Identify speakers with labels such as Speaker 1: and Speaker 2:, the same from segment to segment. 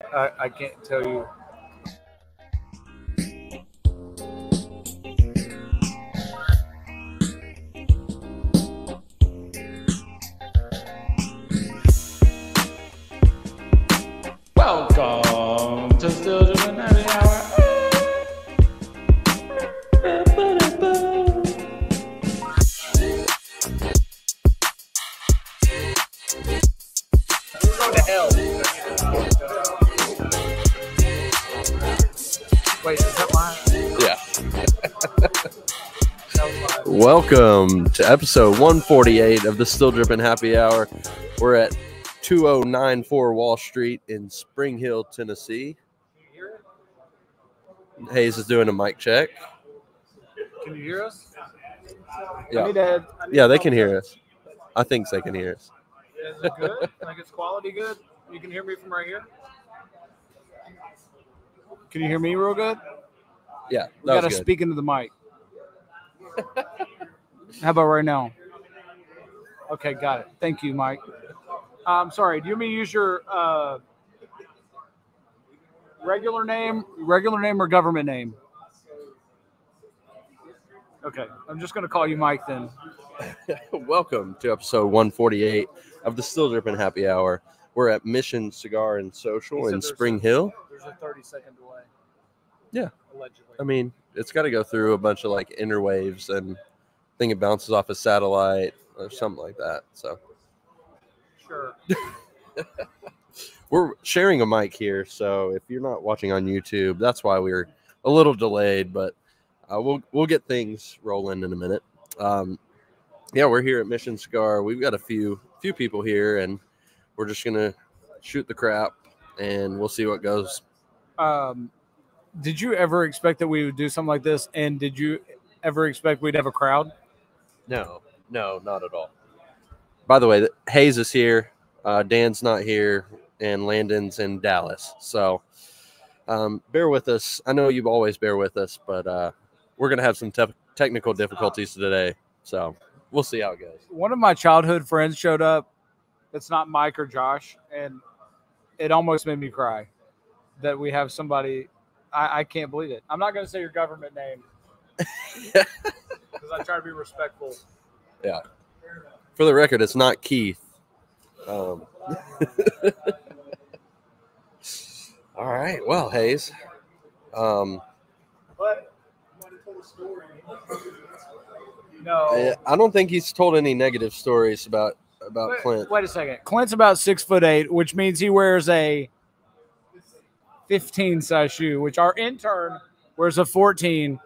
Speaker 1: I, I can't tell you.
Speaker 2: Welcome to Still Doing the Happy Hour.
Speaker 1: Go to hell. Wait, is that mine?
Speaker 3: Yeah.
Speaker 1: That was mine.
Speaker 3: Welcome to episode 148 of the Still Dripping Happy Hour. We're at 2094 Wall Street in Spring Hill, Tennessee.
Speaker 1: Can you hear it?
Speaker 3: Hayes is doing a mic check.
Speaker 1: Can you hear us?
Speaker 3: Yeah.
Speaker 1: I need to, I need
Speaker 3: Yeah,
Speaker 1: to
Speaker 3: they
Speaker 1: help
Speaker 3: can
Speaker 1: us.
Speaker 3: hear us. I think they can hear us.
Speaker 1: Is it good? like it's quality good? You can hear me from right here? Can you hear me real good?
Speaker 3: Yeah,
Speaker 1: We
Speaker 3: that
Speaker 1: gotta
Speaker 3: was good.
Speaker 1: speak into the mic. How about right now? Okay, got it. Thank you, Mike. I'm sorry. Do you want me to use your uh, regular name, regular name, or government name? Okay, I'm just gonna call you Mike then.
Speaker 3: Welcome to episode 148 of the Still Dripping Happy Hour. We're at Mission Cigar and
Speaker 1: He
Speaker 3: Social
Speaker 1: said
Speaker 3: in
Speaker 1: there's
Speaker 3: Spring
Speaker 1: a-
Speaker 3: Hill.
Speaker 1: There's a 30 second delay.
Speaker 3: Yeah. Um,
Speaker 1: Allegedly.
Speaker 3: I mean, it's got to go through a bunch of like interwaves and I think it bounces off a satellite or something like that. So
Speaker 1: sure.
Speaker 3: we're sharing a mic here. So if you're not watching on YouTube, that's why we're a little delayed, but uh, we'll we'll get things rolling in a minute. Um, yeah, we're here at Mission Scar. We've got a few few people here, and we're just gonna shoot the crap, and we'll see what goes.
Speaker 1: um, did you ever expect that we would do something like this? And did you ever expect we'd have a crowd?
Speaker 3: No, no, not at all. By the way, th- Hayes is here. Uh, Dan's not here, and Landon's in Dallas. So um, bear with us. I know you always bear with us, but uh, we're gonna have some tef- technical difficulties today. So we'll see how it goes.
Speaker 1: One of my childhood friends showed up. It's not Mike or Josh, and it almost made me cry that we have somebody. I, I can't believe it. I'm not going to say your government name because I try to be respectful.
Speaker 3: For the record, it's not Keith. Um, all right. Well, Hayes. Um,
Speaker 1: But no.
Speaker 3: eh, I don't think he's told any negative stories about about
Speaker 1: Wait-
Speaker 3: Clint.
Speaker 1: Wait a second. Oh, Clint's about six foot eight, which means he wears a 15 size shoe, which our intern wears a 14.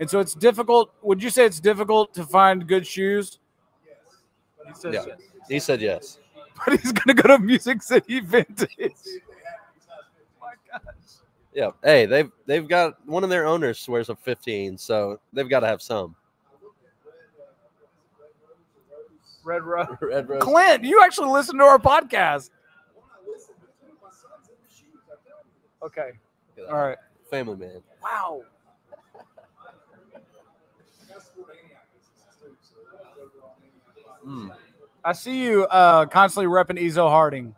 Speaker 1: And so it's difficult. Would you say it's difficult to find good shoes? Yes. He says
Speaker 3: Yeah. He said yes.
Speaker 1: But he's going to go to Music City Vintage. My gosh.
Speaker 3: Yeah. Hey, they've they've got one of their owners wears a 15, so they've got to have some.
Speaker 1: Red Rose.
Speaker 3: Red Rose.
Speaker 1: Clint, you actually listen to our podcast. Okay.
Speaker 3: Look at
Speaker 1: All right.
Speaker 3: that. Family man.
Speaker 1: Wow.
Speaker 3: Mm.
Speaker 1: I see you uh, constantly repping Ezo Harding.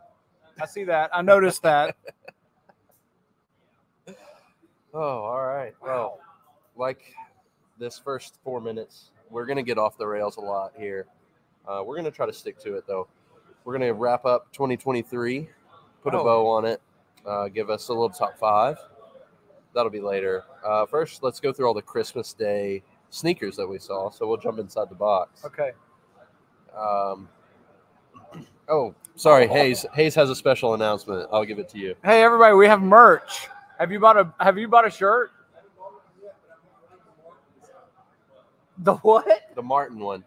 Speaker 1: I see that. I noticed that.
Speaker 3: Oh, all right. Well, like this first four minutes, we're gonna get off the rails a lot here. Uh, we're gonna try to stick to it though. We're gonna wrap up 2023, put a
Speaker 1: Oh.
Speaker 3: bow on it, uh, give us a little top five. That'll be later. Uh, first, let's go through all the Christmas Day sneakers that we saw. So we'll jump inside the box.
Speaker 1: Okay.
Speaker 3: Um, oh, sorry, Hayes. Hayes has a special announcement. I'll give it to you.
Speaker 1: Hey everybody, we have merch. Have you bought a Have you bought a shirt? The what?
Speaker 3: The Martin one.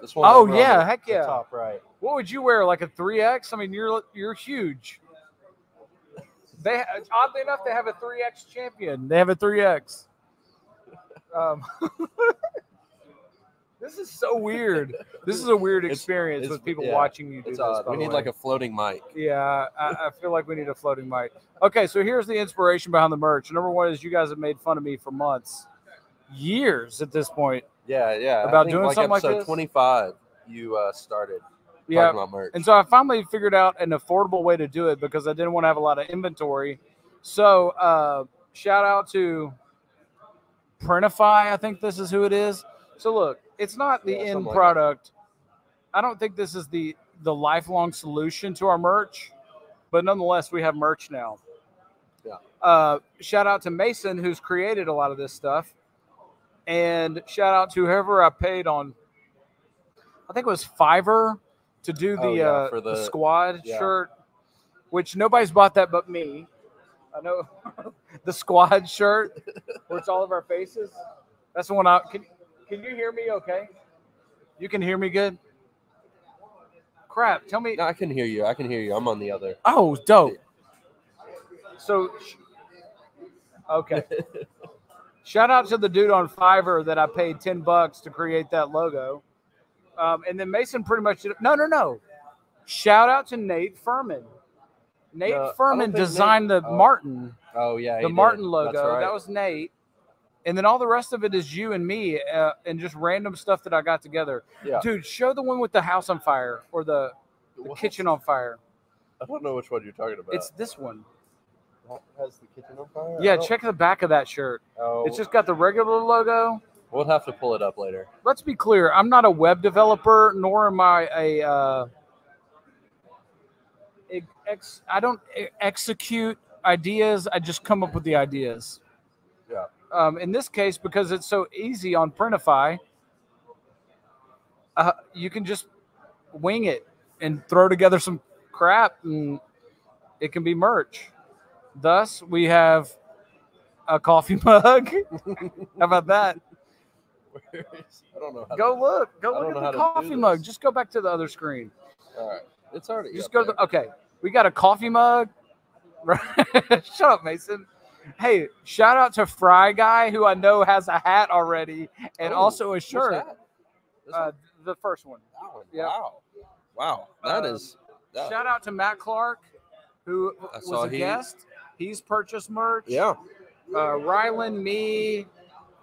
Speaker 3: This one.
Speaker 1: Oh
Speaker 3: over on
Speaker 1: yeah,
Speaker 3: the-
Speaker 1: heck
Speaker 3: the
Speaker 1: yeah.
Speaker 3: top right.
Speaker 1: What would you wear? Like a three X? I mean, you're you're huge. They oddly enough, they have a three X champion. They have a three X. Um, this is so weird. This is a weird
Speaker 3: It's-
Speaker 1: experience
Speaker 3: it's-
Speaker 1: with people
Speaker 3: yeah,
Speaker 1: watching you do
Speaker 3: It's
Speaker 1: this.
Speaker 3: odd.
Speaker 1: by
Speaker 3: We
Speaker 1: the
Speaker 3: need
Speaker 1: way.
Speaker 3: like a floating mic.
Speaker 1: Yeah, I, I feel like we need a floating mic. Okay, so here's the inspiration behind the merch. Number one is you guys have made fun of me for months, years at this point.
Speaker 3: Yeah, yeah. I
Speaker 1: About
Speaker 3: think,
Speaker 1: doing something like
Speaker 3: episode
Speaker 1: this?
Speaker 3: Twenty-five. You uh, started talking
Speaker 1: yeah.
Speaker 3: about merch.
Speaker 1: And so I finally figured out an affordable way to do it because I didn't want to have a lot of inventory. So uh, shout out to Printify. I think this is who it is. So look, it's not the
Speaker 3: Yeah, something
Speaker 1: end
Speaker 3: like that.
Speaker 1: product. I don't think this is the the lifelong solution to our merch, but nonetheless, we have merch now.
Speaker 3: Yeah.
Speaker 1: Uh, shout out to Mason who's created a lot of this stuff, and shout out to whoever I paid on. I think it was Fiverr to do the,
Speaker 3: Oh, yeah,
Speaker 1: uh,
Speaker 3: for
Speaker 1: the
Speaker 3: the-
Speaker 1: squad
Speaker 3: yeah.
Speaker 1: shirt, which nobody's bought that but me. I know the squad shirt where it's all of our faces. That's the one I can. Can you hear me? Okay, you can hear me good. Crap! Tell me.
Speaker 3: No, I can hear you. I can hear you. I'm on the other.
Speaker 1: Oh, dope. So, sh- okay. Shout out to the dude on Fiverr that I paid ten bucks to create that logo, um, and then Mason pretty much did. No, no, no. Shout out to Nate Furman. Nate
Speaker 3: No, Uh, I don't
Speaker 1: Furman
Speaker 3: think Nate-
Speaker 1: designed the
Speaker 3: oh.
Speaker 1: Martin,
Speaker 3: Oh yeah, he
Speaker 1: the
Speaker 3: did.
Speaker 1: Martin
Speaker 3: That's
Speaker 1: logo.
Speaker 3: right.
Speaker 1: That was Nate, and then all the rest of it is you and me, uh, and just random stuff that I got together.
Speaker 3: Yeah.
Speaker 1: Dude, show the one with the house on fire or the, the
Speaker 3: What?
Speaker 1: kitchen on fire.
Speaker 3: I don't know which one you're talking about.
Speaker 1: It's this one.
Speaker 3: That has the kitchen on fire. I
Speaker 1: Yeah,
Speaker 3: don't-
Speaker 1: check the back of that shirt.
Speaker 3: Oh,
Speaker 1: It's just got the regular logo.
Speaker 3: we'll have to pull it up later.
Speaker 1: Let's be clear. I'm not a web developer, nor am I a. Uh, ex- I don't e- execute ideas. I just come up with the ideas.
Speaker 3: Yeah.
Speaker 1: Um, in this case, because it's so easy on Printify, uh, you can just wing it and throw together some crap, and it can be merch. Thus, we have a coffee mug. How about that?
Speaker 3: Where is- I don't know. How
Speaker 1: Go look.
Speaker 3: I
Speaker 1: Go
Speaker 3: don't
Speaker 1: look
Speaker 3: know
Speaker 1: at the
Speaker 3: how to do
Speaker 1: coffee mug.
Speaker 3: this.
Speaker 1: Just go back to the other screen.
Speaker 3: To, all right, it's already.
Speaker 1: Just
Speaker 3: up
Speaker 1: go to
Speaker 3: there.
Speaker 1: the okay. We got a coffee mug. Shut up, Mason. Hey, shout out to Fry Guy, who I know has a hat already and
Speaker 3: Oh,
Speaker 1: also a
Speaker 3: Which
Speaker 1: shirt.
Speaker 3: hat? This
Speaker 1: Uh,
Speaker 3: one?
Speaker 1: the first one.
Speaker 3: That one.
Speaker 1: yeah.
Speaker 3: Oh, Wow. Wow. That
Speaker 1: Um,
Speaker 3: is. That,
Speaker 1: Shout out to Matt Clark, who
Speaker 3: I saw
Speaker 1: was a
Speaker 3: he-
Speaker 1: guest. He's purchased merch.
Speaker 3: yeah.
Speaker 1: Uh, Rylan, me.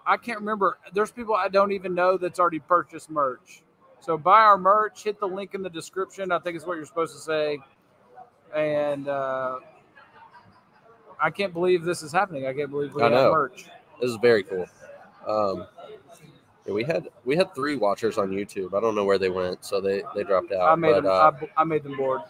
Speaker 1: I can't remember. There's people I don't even know that's already purchased merch. So buy our merch. Hit the link in the description. I think is what you're supposed to say. And uh, I can't believe this is happening. I can't believe we
Speaker 3: I
Speaker 1: have
Speaker 3: know.
Speaker 1: merch.
Speaker 3: This is very cool. Um, yeah, we had we had three watchers on YouTube. I don't know where they went, so they they dropped out.
Speaker 1: I made
Speaker 3: but,
Speaker 1: them.
Speaker 3: uh,
Speaker 1: I, I made them bored.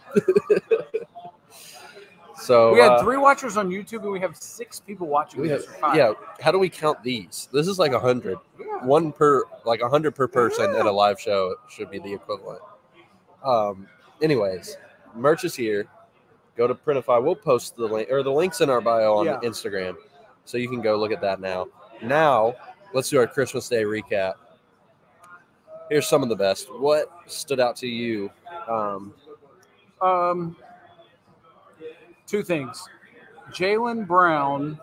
Speaker 3: so
Speaker 1: we had
Speaker 3: uh,
Speaker 1: three watchers on YouTube, and we have six people watching.
Speaker 3: we
Speaker 1: this.
Speaker 3: have-
Speaker 1: Fine.
Speaker 3: yeah. How do we count these? This is like a hundred. One per like a hundred per person
Speaker 1: Ah.
Speaker 3: at a live show should be the equivalent. Um. Anyways, merch is here. Go to Printify. We'll post the link or the links in our bio on
Speaker 1: Yeah.
Speaker 3: Instagram, so you can go look at that now. Now let's do our Christmas Day recap. Here's some of the best. What stood out to you? Um,
Speaker 1: Um, two things. Jalen Brown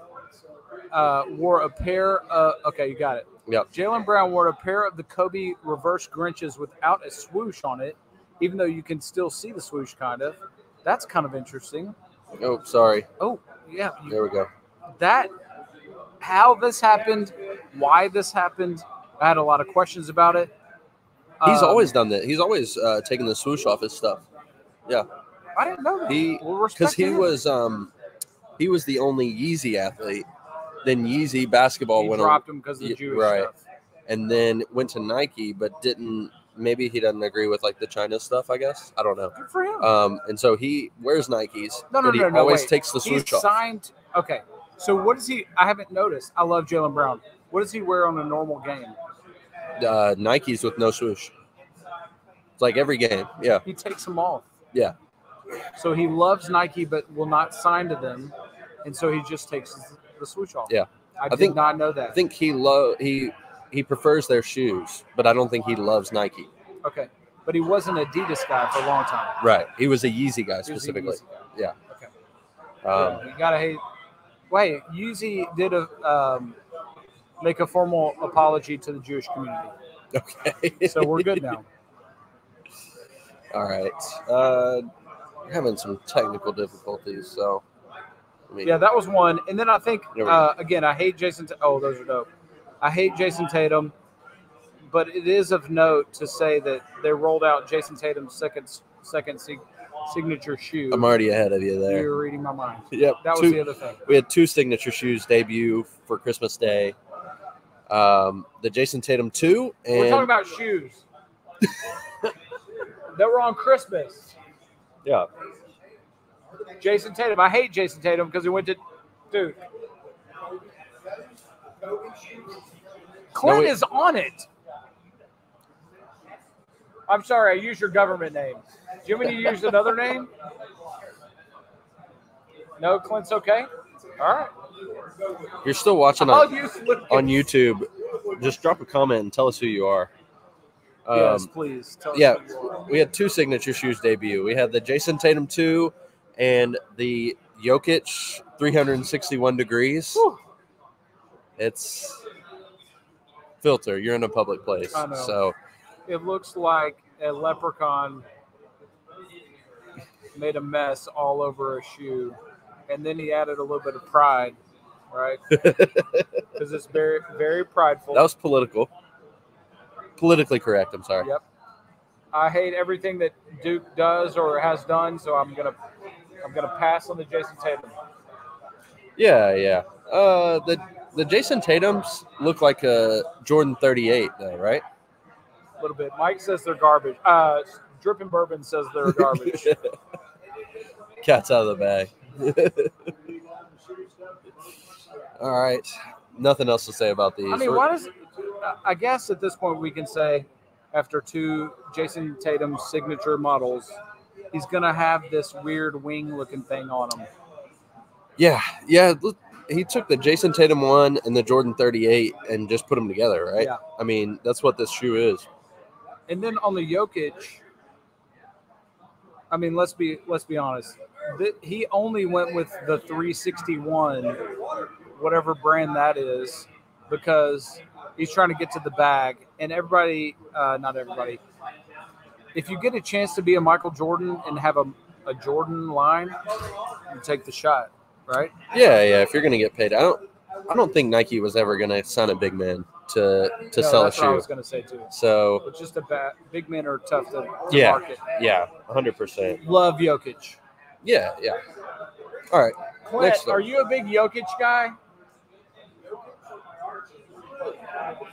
Speaker 1: uh, wore a pair of. Okay, you got it.
Speaker 3: Yep.
Speaker 1: Jalen Brown wore a pair of the Kobe reverse Grinches without a swoosh on it, even though you can still see the swoosh, kind of. That's kind of interesting.
Speaker 3: oh, sorry.
Speaker 1: Oh, yeah. you-
Speaker 3: There we go.
Speaker 1: That, how this happened, why this happened, I had a lot of questions about it.
Speaker 3: He's
Speaker 1: Um,
Speaker 3: always done that. He's always uh, taking the swoosh off his stuff.
Speaker 1: I didn't know that.
Speaker 3: He
Speaker 1: Well,
Speaker 3: because
Speaker 1: respect to
Speaker 3: he
Speaker 1: him.
Speaker 3: was um he was the only Yeezy athlete. Then Yeezy basketball
Speaker 1: He
Speaker 3: went on,
Speaker 1: dropped him because of
Speaker 3: Yeah,
Speaker 1: the Jewish
Speaker 3: right.
Speaker 1: stuff.
Speaker 3: and then went to Nike, but didn't. Maybe he doesn't agree with like the China stuff. I guess I don't know.
Speaker 1: Good for him.
Speaker 3: Um, and so he wears Nikes,
Speaker 1: No, no,
Speaker 3: but he
Speaker 1: no, no,
Speaker 3: always
Speaker 1: wait.
Speaker 3: takes the
Speaker 1: He
Speaker 3: swoosh off.
Speaker 1: signed. Okay, so what does he? I haven't noticed. I love Jalen Brown. What does he wear on a normal game?
Speaker 3: uh, Nikes with no swoosh. It's like every game. Yeah,
Speaker 1: He takes them off.
Speaker 3: Yeah.
Speaker 1: So he loves Nike, but will not sign to them, and so he just takes the swoosh off.
Speaker 3: Yeah.
Speaker 1: I, did
Speaker 3: think-
Speaker 1: not know that.
Speaker 3: I think he lo he he prefers their shoes, but I don't think he loves Nike.
Speaker 1: okay, but he was an Adidas guy for a long time.
Speaker 3: Right. He was a Yeezy guy
Speaker 1: He was a
Speaker 3: specifically.
Speaker 1: Yeezy guy.
Speaker 3: Yeah.
Speaker 1: Okay.
Speaker 3: Um,
Speaker 1: you gotta hate. Wait, Yeezy did a um, make a formal apology to the Jewish community,
Speaker 3: okay.
Speaker 1: so we're good now.
Speaker 3: All right. Uh, we're having some technical difficulties, so let me-
Speaker 1: Yeah, that was one. And then I think
Speaker 3: There we go.
Speaker 1: uh, again, I hate Jason. T- oh, those are dope. I hate Jason Tatum. but it is of note to say that they rolled out Jason Tatum's second second sig- signature shoe.
Speaker 3: I'm already ahead of you there.
Speaker 1: You're reading my mind.
Speaker 3: Yep.
Speaker 1: That was
Speaker 3: two-
Speaker 1: the other thing.
Speaker 3: we had two signature shoes debut for Christmas Day. Um, the Jason Tatum two
Speaker 1: We're talking
Speaker 3: and
Speaker 1: about shoes that were on Christmas.
Speaker 3: yeah,
Speaker 1: Jason Tatum. I hate Jason Tatum because he went to Duke. Clint
Speaker 3: it-
Speaker 1: is on it. I'm sorry, I used your government name. Do you want me to use another name? No, Clint's okay. All right.
Speaker 3: you're still watching
Speaker 1: I'll
Speaker 3: on,
Speaker 1: use Lucas.
Speaker 3: on YouTube. Just drop a comment and tell us who you are. Um,
Speaker 1: yes, please. Tell us
Speaker 3: yeah.
Speaker 1: who you are.
Speaker 3: we had two signature shoes debut. We had the Jason Tatum two and the Jokic 361 degrees.
Speaker 1: Whew.
Speaker 3: It's filter. You're in a public place,
Speaker 1: I know.
Speaker 3: so
Speaker 1: It looks like a leprechaun made a mess all over a shoe, and then he added a little bit of pride, right? Because it's very, very prideful.
Speaker 3: that was political, politically correct. I'm sorry.
Speaker 1: Yep. I hate everything that Duke does or has done, so I'm gonna, I'm gonna pass on the Jason Tatum.
Speaker 3: Yeah, yeah. Uh, the the Jason Tatum's look like a Jordan 38, though, right?
Speaker 1: A little bit. Mike says they're garbage. Uh, Dripping Bourbon says they're garbage.
Speaker 3: Cat's out of the bag. All right, nothing else to say about these.
Speaker 1: I mean,
Speaker 3: We're-
Speaker 1: why does? I guess at this point we can say, after two Jason Tatum signature models, he's gonna have this weird wing-looking thing on him.
Speaker 3: Yeah, yeah. look, He took the Jason Tatum one and the Jordan 38 and just put them together, right?
Speaker 1: Yeah.
Speaker 3: I mean, that's what this shoe is.
Speaker 1: And then on the Jokic, I mean, let's be let's be honest. Th- he only went with the 361, whatever brand that is, because he's trying to get to the bag. And everybody, uh, not everybody, if you get a chance to be a Michael Jordan and have a, a Jordan line, you take the shot, right?
Speaker 3: Yeah, yeah. If you're gonna get paid, I don't, I don't think Nike was ever gonna sign a big man to to
Speaker 1: No,
Speaker 3: sell a
Speaker 1: that's what I
Speaker 3: shoe.
Speaker 1: was going to say too.
Speaker 3: So
Speaker 1: But just a ba- big men are tough to, to
Speaker 3: Yeah.
Speaker 1: market.
Speaker 3: yeah, 100. percent
Speaker 1: Love Jokic.
Speaker 3: Yeah, yeah. All right.
Speaker 1: Clint,
Speaker 3: Next up.
Speaker 1: are you a big Jokic guy?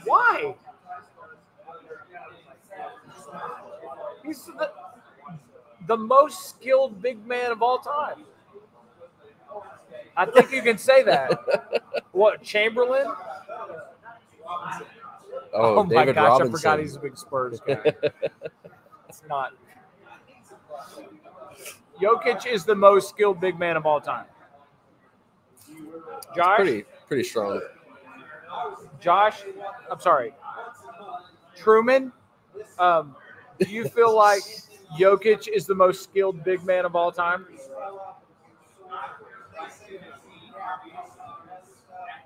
Speaker 1: Why? He's the, the most skilled big man of all time. I think you can say that. what Chamberlain?
Speaker 3: Oh,
Speaker 1: my
Speaker 3: David
Speaker 1: gosh, I
Speaker 3: Robinson.
Speaker 1: forgot he's a big Spurs guy. it's not. Jokic is the most skilled big man of all time. Josh,
Speaker 3: pretty pretty strong.
Speaker 1: Josh, I'm sorry, Truman. Um, do you feel like Jokic is the most skilled big man of all time?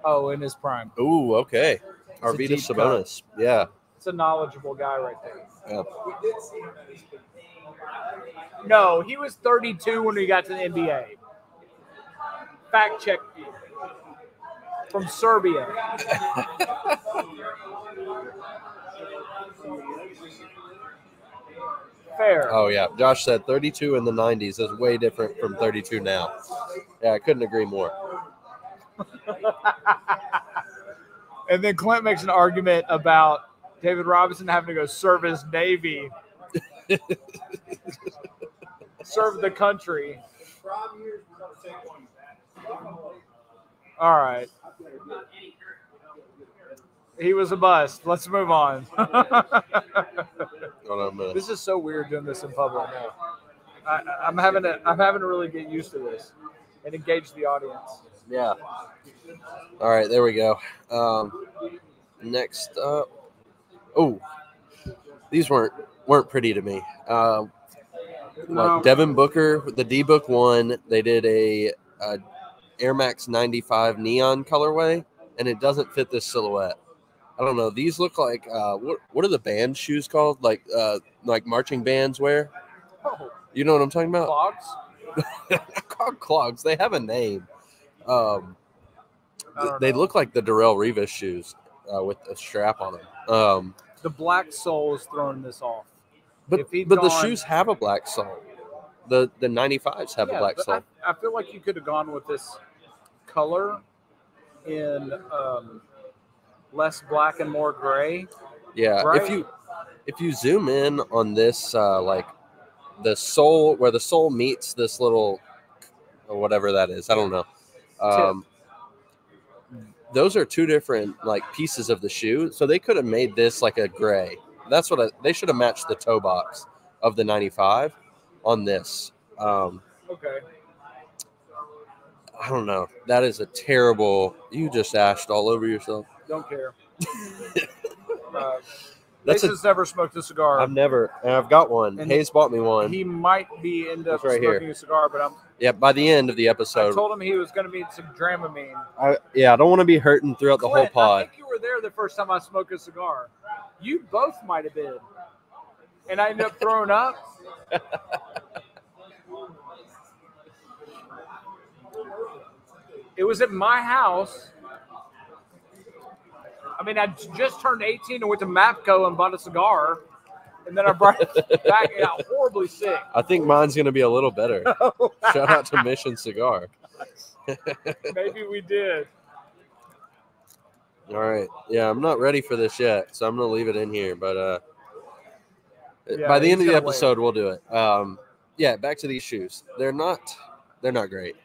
Speaker 1: Oh, in his prime,
Speaker 3: Ooh, okay.
Speaker 1: a
Speaker 3: Arvidas
Speaker 1: deep cut.
Speaker 3: Sabonis. Yeah.
Speaker 1: it's a knowledgeable guy right there.
Speaker 3: yeah.
Speaker 1: No, he was 32 when he got to the NBA. Fact check me. From Serbia. Fair.
Speaker 3: Oh yeah. Josh said 32 in the 90s is way different from 32 now. Yeah, I couldn't agree more.
Speaker 1: And then Clint makes an argument about David Robinson having to go serve his Navy, serve the country. All right. He was a bust. Let's move on.
Speaker 3: Hold on a minute.
Speaker 1: this is so weird doing this in public now. I, I'm having to. I'm having to really get used to this and engage the audience.
Speaker 3: Yeah. All right, there we go. Um, next up, oh, these weren't weren't pretty to me. Uh, well, Devin Booker, with the D Book one, they did a, a Air Max 95 neon colorway, and it doesn't fit this silhouette. I don't know. These look like uh, what? What are the band shoes called? Like uh, like marching bands wear?
Speaker 1: Oh,
Speaker 3: You know what I'm talking about?
Speaker 1: clogs.
Speaker 3: Called clogs. They have a name. Um,
Speaker 1: I don't
Speaker 3: they
Speaker 1: know.
Speaker 3: look like the Darrell Rivas shoes uh, with a strap on them. Um,
Speaker 1: the black soul's throwing this off.
Speaker 3: But-
Speaker 1: if he'd
Speaker 3: But the
Speaker 1: gone-
Speaker 3: shoes have a black sole. The the 95s have
Speaker 1: Yeah,
Speaker 3: a black
Speaker 1: but
Speaker 3: sole.
Speaker 1: I, I feel like you could have gone with this color in um, less black and more gray.
Speaker 3: yeah.
Speaker 1: right?
Speaker 3: If you if you zoom in on this uh like the sole where the sole meets this little or whatever that is, I don't know. Um those are two different like pieces of the shoe. So they could have made this like a gray. That's what I, they should have matched the toe box of the 95 on this. Um
Speaker 1: Okay.
Speaker 3: I don't know. That is a terrible. You just ashed all over yourself.
Speaker 1: Don't care. uh,
Speaker 3: That's
Speaker 1: Jason's never smoked a
Speaker 3: a.
Speaker 1: cigar.
Speaker 3: I've never. And I've got one.
Speaker 1: And-
Speaker 3: Hayes bought me one.
Speaker 1: he might be end up
Speaker 3: That's right
Speaker 1: smoking a cigar, but I'm,
Speaker 3: yeah. By the end of the
Speaker 1: I
Speaker 3: episode,
Speaker 1: told him he was going to be some Dramamine.
Speaker 3: I, yeah, I don't want to be hurting throughout the whole
Speaker 1: Clint, I
Speaker 3: pod.
Speaker 1: think you were there the first time I smoked a cigar. You both might have been. And I ended up throwing up. it was at my house. I mean, I j- just turned 18 and went to Mapco and bought a cigar. And then I brought it back and got horribly sick.
Speaker 3: I think mine's gonna be a little better. Shout out to Mission Cigar.
Speaker 1: Maybe we did.
Speaker 3: All right. Yeah, I'm not ready for this yet, so I'm gonna leave it in here. But uh, eh,
Speaker 1: Yeah,
Speaker 3: by the end of
Speaker 1: he's
Speaker 3: the
Speaker 1: gonna wait.
Speaker 3: episode, we'll do it. Um, yeah. Back to these shoes. They're not. They're not great.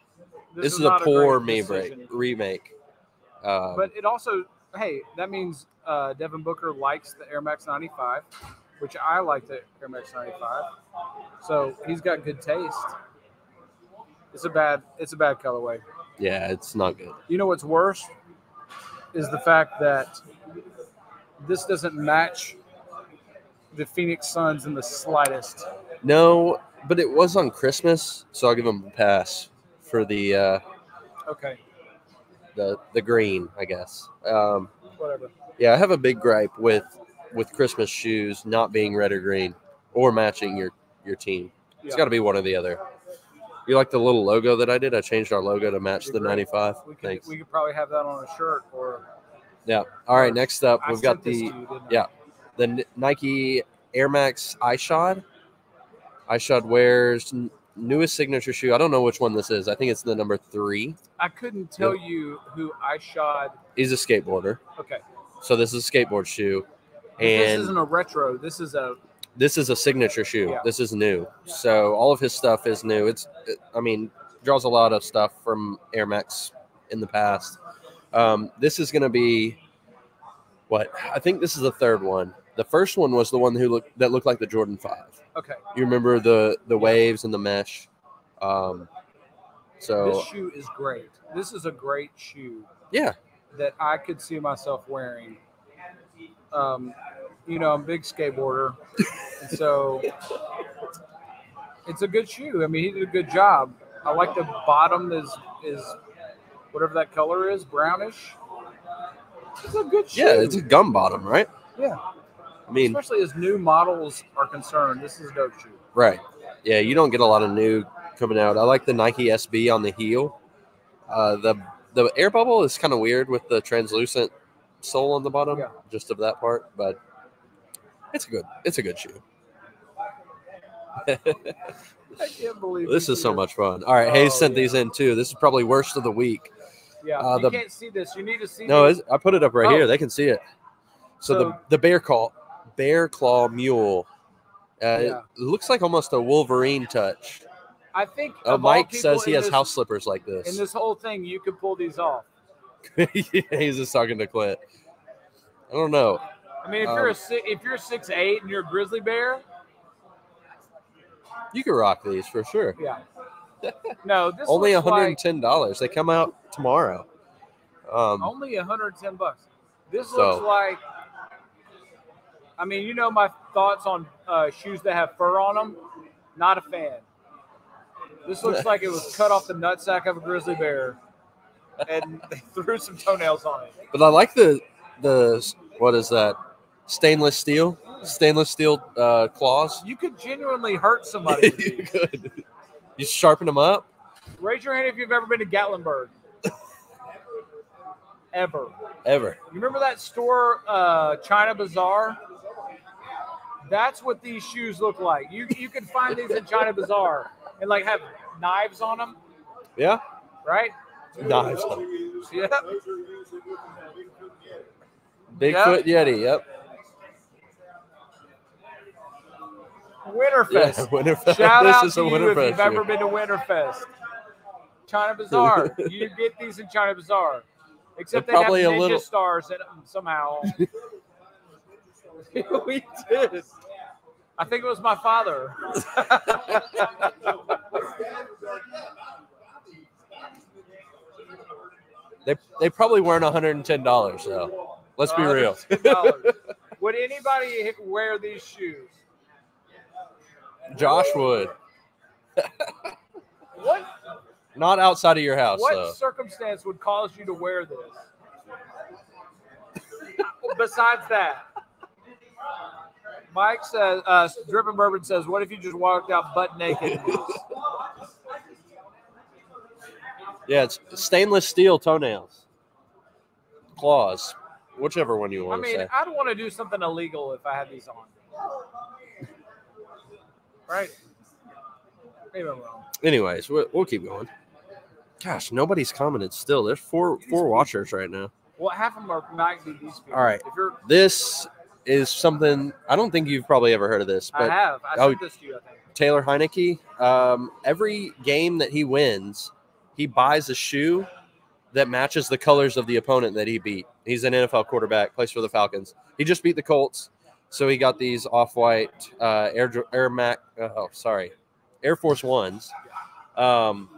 Speaker 3: This, is, a
Speaker 1: not great
Speaker 3: poor me break
Speaker 1: decision.
Speaker 3: remake. Um,
Speaker 1: But it also, hey, that means uh, Devin Booker likes the Air Max 95, which I like the Air Max 95. So he's got good taste. It's a bad, it's a bad colorway.
Speaker 3: yeah, it's not good.
Speaker 1: You know what's worse is the fact that this doesn't match the Phoenix Suns in the slightest.
Speaker 3: No, but it was on Christmas, so I'll give him a pass for the uh,
Speaker 1: Okay,
Speaker 3: the the green, I guess. Um,
Speaker 1: whatever.
Speaker 3: yeah, I have a big gripe with with Christmas shoes not being red or green or matching your your team. It's
Speaker 1: Yeah.
Speaker 3: got to be one or the other. You like the little logo that I did? I changed our logo to match
Speaker 1: That'd
Speaker 3: the
Speaker 1: be great.
Speaker 3: '95.
Speaker 1: We could
Speaker 3: Thanks.
Speaker 1: we could probably have that on a shirt or
Speaker 3: yeah. All right. Next up,
Speaker 1: I
Speaker 3: we've
Speaker 1: sent
Speaker 3: got
Speaker 1: this to
Speaker 3: the
Speaker 1: you, didn't I?
Speaker 3: yeah. the N- Nike Air Max iShod. iShod wears n- newest signature shoe. I don't know which one this is. I think it's the number three.
Speaker 1: I couldn't tell you who I shot.
Speaker 3: He's a skateboarder,
Speaker 1: Okay.
Speaker 3: so this is a skateboard shoe,
Speaker 1: this
Speaker 3: and
Speaker 1: isn't a retro. This is a
Speaker 3: this is a signature shoe.
Speaker 1: Yeah.
Speaker 3: This is new, so all of his stuff is new. It's, it, I mean, draws a lot of stuff from Air Max in the past. Um, this is going to be what I think. This is the third one. The first one was the one who looked that looked like the Jordan Five.
Speaker 1: okay.
Speaker 3: You remember the the waves and the mesh. Um, so
Speaker 1: This shoe is great. This is a great shoe
Speaker 3: yeah,
Speaker 1: that I could see myself wearing. Um, you know, I'm a big skateboarder, and so it's a good shoe. I mean, he did a good job. I like the bottom is is whatever that color is, brownish. It's a good shoe.
Speaker 3: yeah, it's a gum bottom, right?
Speaker 1: Yeah.
Speaker 3: I mean,
Speaker 1: especially as new models are concerned. This is a dope shoe.
Speaker 3: right? Yeah, you don't get a lot of new coming out. I like the Nike SB on the heel. Uh, the the air bubble is kind of weird with the translucent sole on the bottom,
Speaker 1: Yeah.
Speaker 3: just of that part, but it's a good it's a good shoe.
Speaker 1: I can't believe
Speaker 3: This
Speaker 1: you
Speaker 3: is so
Speaker 1: did-
Speaker 3: much fun. All right, Hayes
Speaker 1: Oh,
Speaker 3: sent
Speaker 1: yeah.
Speaker 3: these in too. This is probably worst of the week.
Speaker 1: Yeah,
Speaker 3: Uh,
Speaker 1: you
Speaker 3: the-
Speaker 1: can't see this. You need to see.
Speaker 3: No,
Speaker 1: these.
Speaker 3: it's, I put it up right
Speaker 1: Oh.
Speaker 3: here. They can see it. So, the,
Speaker 1: So-
Speaker 3: the bear call, bear claw mule. Uh, It
Speaker 1: Yeah.
Speaker 3: looks like almost a Wolverine touch.
Speaker 1: I think
Speaker 3: Uh,
Speaker 1: of all
Speaker 3: Mike
Speaker 1: people
Speaker 3: says he
Speaker 1: in
Speaker 3: has
Speaker 1: this-
Speaker 3: house slippers like
Speaker 1: in
Speaker 3: this.
Speaker 1: this whole thing. You could pull these off.
Speaker 3: He's just talking to Clint. I don't know.
Speaker 1: I mean, if you're
Speaker 3: Um,
Speaker 1: a si- if you're six eight and you're a grizzly bear,
Speaker 3: You can rock these for sure.
Speaker 1: yeah. No, this
Speaker 3: Only
Speaker 1: looks like-
Speaker 3: $110. They come out tomorrow. Um,
Speaker 1: only 110 bucks. This
Speaker 3: So-
Speaker 1: looks like. I mean, you know my thoughts on uh, shoes that have fur on them. Not a fan. This looks like it was cut off the nutsack of a grizzly bear, and they threw some toenails on it.
Speaker 3: but I like the, the, what is that? Stainless steel? Stainless steel uh, claws.
Speaker 1: You could genuinely hurt somebody. With
Speaker 3: you
Speaker 1: these.
Speaker 3: could. You sharpen them up.
Speaker 1: Raise your hand if you've ever been to Gatlinburg. ever.
Speaker 3: Ever.
Speaker 1: You remember that store, uh, China Bazaar? That's what these shoes look like. You you can find these in China Bazaar and like have knives on them,
Speaker 3: Yeah.
Speaker 1: right?
Speaker 3: Knives.
Speaker 1: Yeah.
Speaker 3: Bigfoot Yeti. Yep. Yeah,
Speaker 1: Winterfest.
Speaker 3: Winterfest.
Speaker 1: Shout
Speaker 3: this
Speaker 1: out
Speaker 3: is
Speaker 1: to
Speaker 3: a
Speaker 1: you if
Speaker 3: Winterfest.
Speaker 1: you've ever been to Winterfest. China Bazaar. you get these in China Bazaar. Except
Speaker 3: They're
Speaker 1: they have
Speaker 3: probably a
Speaker 1: ninja
Speaker 3: little-
Speaker 1: stars in them somehow. we did. I think it was my father.
Speaker 3: They, they probably weren't $110 though. Let's
Speaker 1: Uh,
Speaker 3: be real.
Speaker 1: $110. Would anybody wear these shoes?
Speaker 3: Josh would.
Speaker 1: What
Speaker 3: Not outside of your house uh,
Speaker 1: what
Speaker 3: though.
Speaker 1: circumstance would cause you to wear this? Besides that, Mike says, uh, Drippin' Bourbon says, what if you just walked out butt naked?
Speaker 3: Yeah, it's stainless steel toenails. Claws. Whichever one you
Speaker 1: I
Speaker 3: want to
Speaker 1: mean,
Speaker 3: say.
Speaker 1: I'd want to do something illegal if I had these on. Right? Maybe I'm wrong.
Speaker 3: Anyways, we'll, we'll keep going. Gosh, nobody's commented still. There's four four watchers right now.
Speaker 1: Well, half of them are might be these people.
Speaker 3: All right.
Speaker 1: If you're,
Speaker 3: This is something I don't think you've probably ever heard of this,
Speaker 1: I
Speaker 3: but
Speaker 1: have. I
Speaker 3: oh.
Speaker 1: sent this to you, I think.
Speaker 3: Taylor Heineke, um, every game that he wins, he buys a shoe that matches the colors of the opponent that he beat. He's an NFL quarterback, plays for the Falcons. He just beat the Colts, so he got these off-white uh, Air Dr- Air Mac. Oh, sorry, Air Force Ones. Um,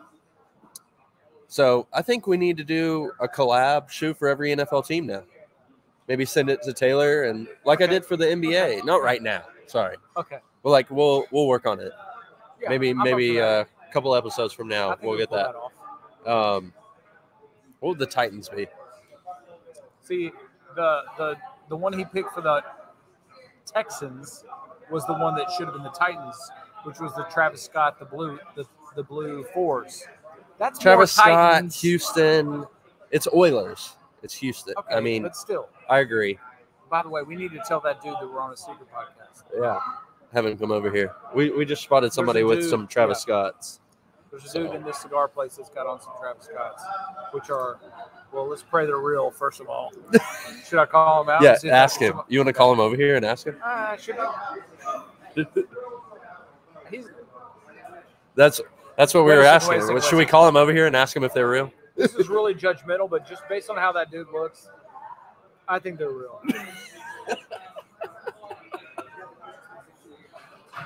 Speaker 3: so I think we need to do a collab shoe for every NFL team now. Maybe send it to Taylor and like I did for the NBA. Not right now. Sorry.
Speaker 1: Okay.
Speaker 3: Well, like we'll we'll work on it.
Speaker 1: Yeah,
Speaker 3: maybe
Speaker 1: I'm up for
Speaker 3: maybe
Speaker 1: that.
Speaker 3: a couple episodes from
Speaker 1: I
Speaker 3: now
Speaker 1: think
Speaker 3: we'll get
Speaker 1: pull
Speaker 3: that.
Speaker 1: off.
Speaker 3: Um, what would the Titans be?
Speaker 1: See, the the the one he picked for the Texans was the one that should have been the Titans, which was the Travis Scott, the blue, the the blue fours. That's
Speaker 3: Travis
Speaker 1: more
Speaker 3: Scott,
Speaker 1: Titans.
Speaker 3: Houston. It's Oilers. It's Houston.
Speaker 1: Okay,
Speaker 3: I mean,
Speaker 1: but still.
Speaker 3: I agree.
Speaker 1: By the way, we need to tell that dude that we're on a secret podcast.
Speaker 3: Yeah, haven't come over here. We we just spotted somebody
Speaker 1: a
Speaker 3: with
Speaker 1: dude-
Speaker 3: some Travis Scotts.
Speaker 1: There's a
Speaker 3: So-
Speaker 1: dude in this cigar place that's got on some Travis Scotts, which are, well, let's pray they're real first of all. should I call him out?
Speaker 3: Yeah,
Speaker 1: See if I
Speaker 3: ask
Speaker 1: can-
Speaker 3: him. You want to call him over here and ask him?
Speaker 1: Uh, should I? He's
Speaker 3: That's that's what we
Speaker 1: Wait a
Speaker 3: were
Speaker 1: second,
Speaker 3: asking.
Speaker 1: wait a second,
Speaker 3: What-
Speaker 1: wait a
Speaker 3: Should we
Speaker 1: second.
Speaker 3: call him over here and ask him if they're real?
Speaker 1: this is really judgmental, but just based on how that dude looks, I think they're real.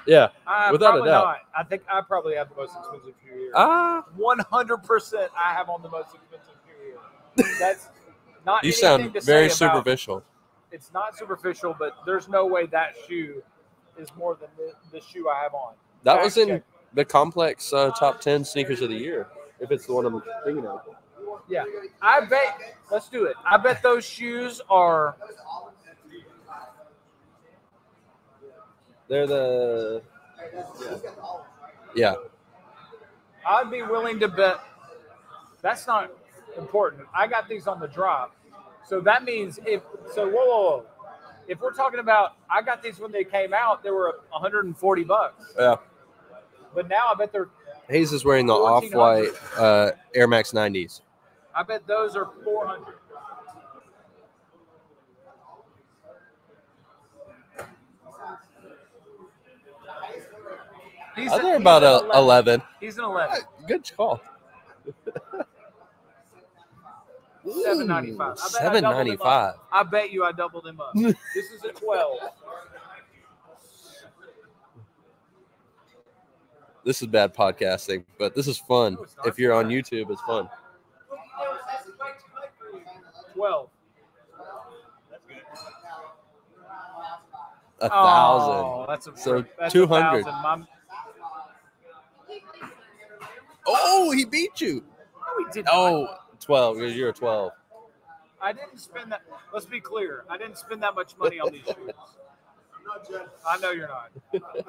Speaker 3: Yeah.
Speaker 1: I,
Speaker 3: Without a
Speaker 1: probably
Speaker 3: doubt.
Speaker 1: Not. I think I probably have the most expensive shoe here.
Speaker 3: Ah,
Speaker 1: One hundred percent, I have on the most expensive shoe here. That's not.
Speaker 3: you
Speaker 1: anything
Speaker 3: sound
Speaker 1: to
Speaker 3: very
Speaker 1: say about-
Speaker 3: superficial.
Speaker 1: It's not superficial, but there's no way that shoe is more than the, the shoe I have on.
Speaker 3: That
Speaker 1: Fact
Speaker 3: was in
Speaker 1: check.
Speaker 3: the complex uh, top 10 sneakers of the year, if it's the one I'm thinking of.
Speaker 1: Yeah, I bet. Let's do it. I bet those shoes are.
Speaker 3: They're the. Yeah.
Speaker 1: I'd be willing to bet that's not important. I got these on the drop. So that means if so, whoa, whoa, whoa. If we're talking about I got these when they came out, they were 140 bucks.
Speaker 3: Yeah.
Speaker 1: But now I bet they're
Speaker 3: Hayes is wearing the off
Speaker 1: 1400.
Speaker 3: white uh, Air Max 90s.
Speaker 1: I bet those are 400. He's
Speaker 3: I
Speaker 1: a-
Speaker 3: think
Speaker 1: he's
Speaker 3: about
Speaker 1: an
Speaker 3: a 11.
Speaker 1: He's an 11.
Speaker 3: Good call.
Speaker 1: 795. I bet I doubled him up.
Speaker 3: 795.
Speaker 1: I bet you I doubled him up. this is a 12.
Speaker 3: This is bad podcasting, but this is fun.
Speaker 1: No, it's not.
Speaker 3: If you're on YouTube, it's fun.
Speaker 1: 12.
Speaker 3: A
Speaker 1: Oh,
Speaker 3: thousand.
Speaker 1: that's a
Speaker 3: So
Speaker 1: that's a
Speaker 3: 200.
Speaker 1: thousand. My-
Speaker 3: Oh, he beat you.
Speaker 1: no, he did
Speaker 3: Oh,
Speaker 1: not.
Speaker 3: 12. You're- You're a 12.
Speaker 1: I didn't spend that. Let's be clear. I didn't spend that much money on these shoes. I know you're not.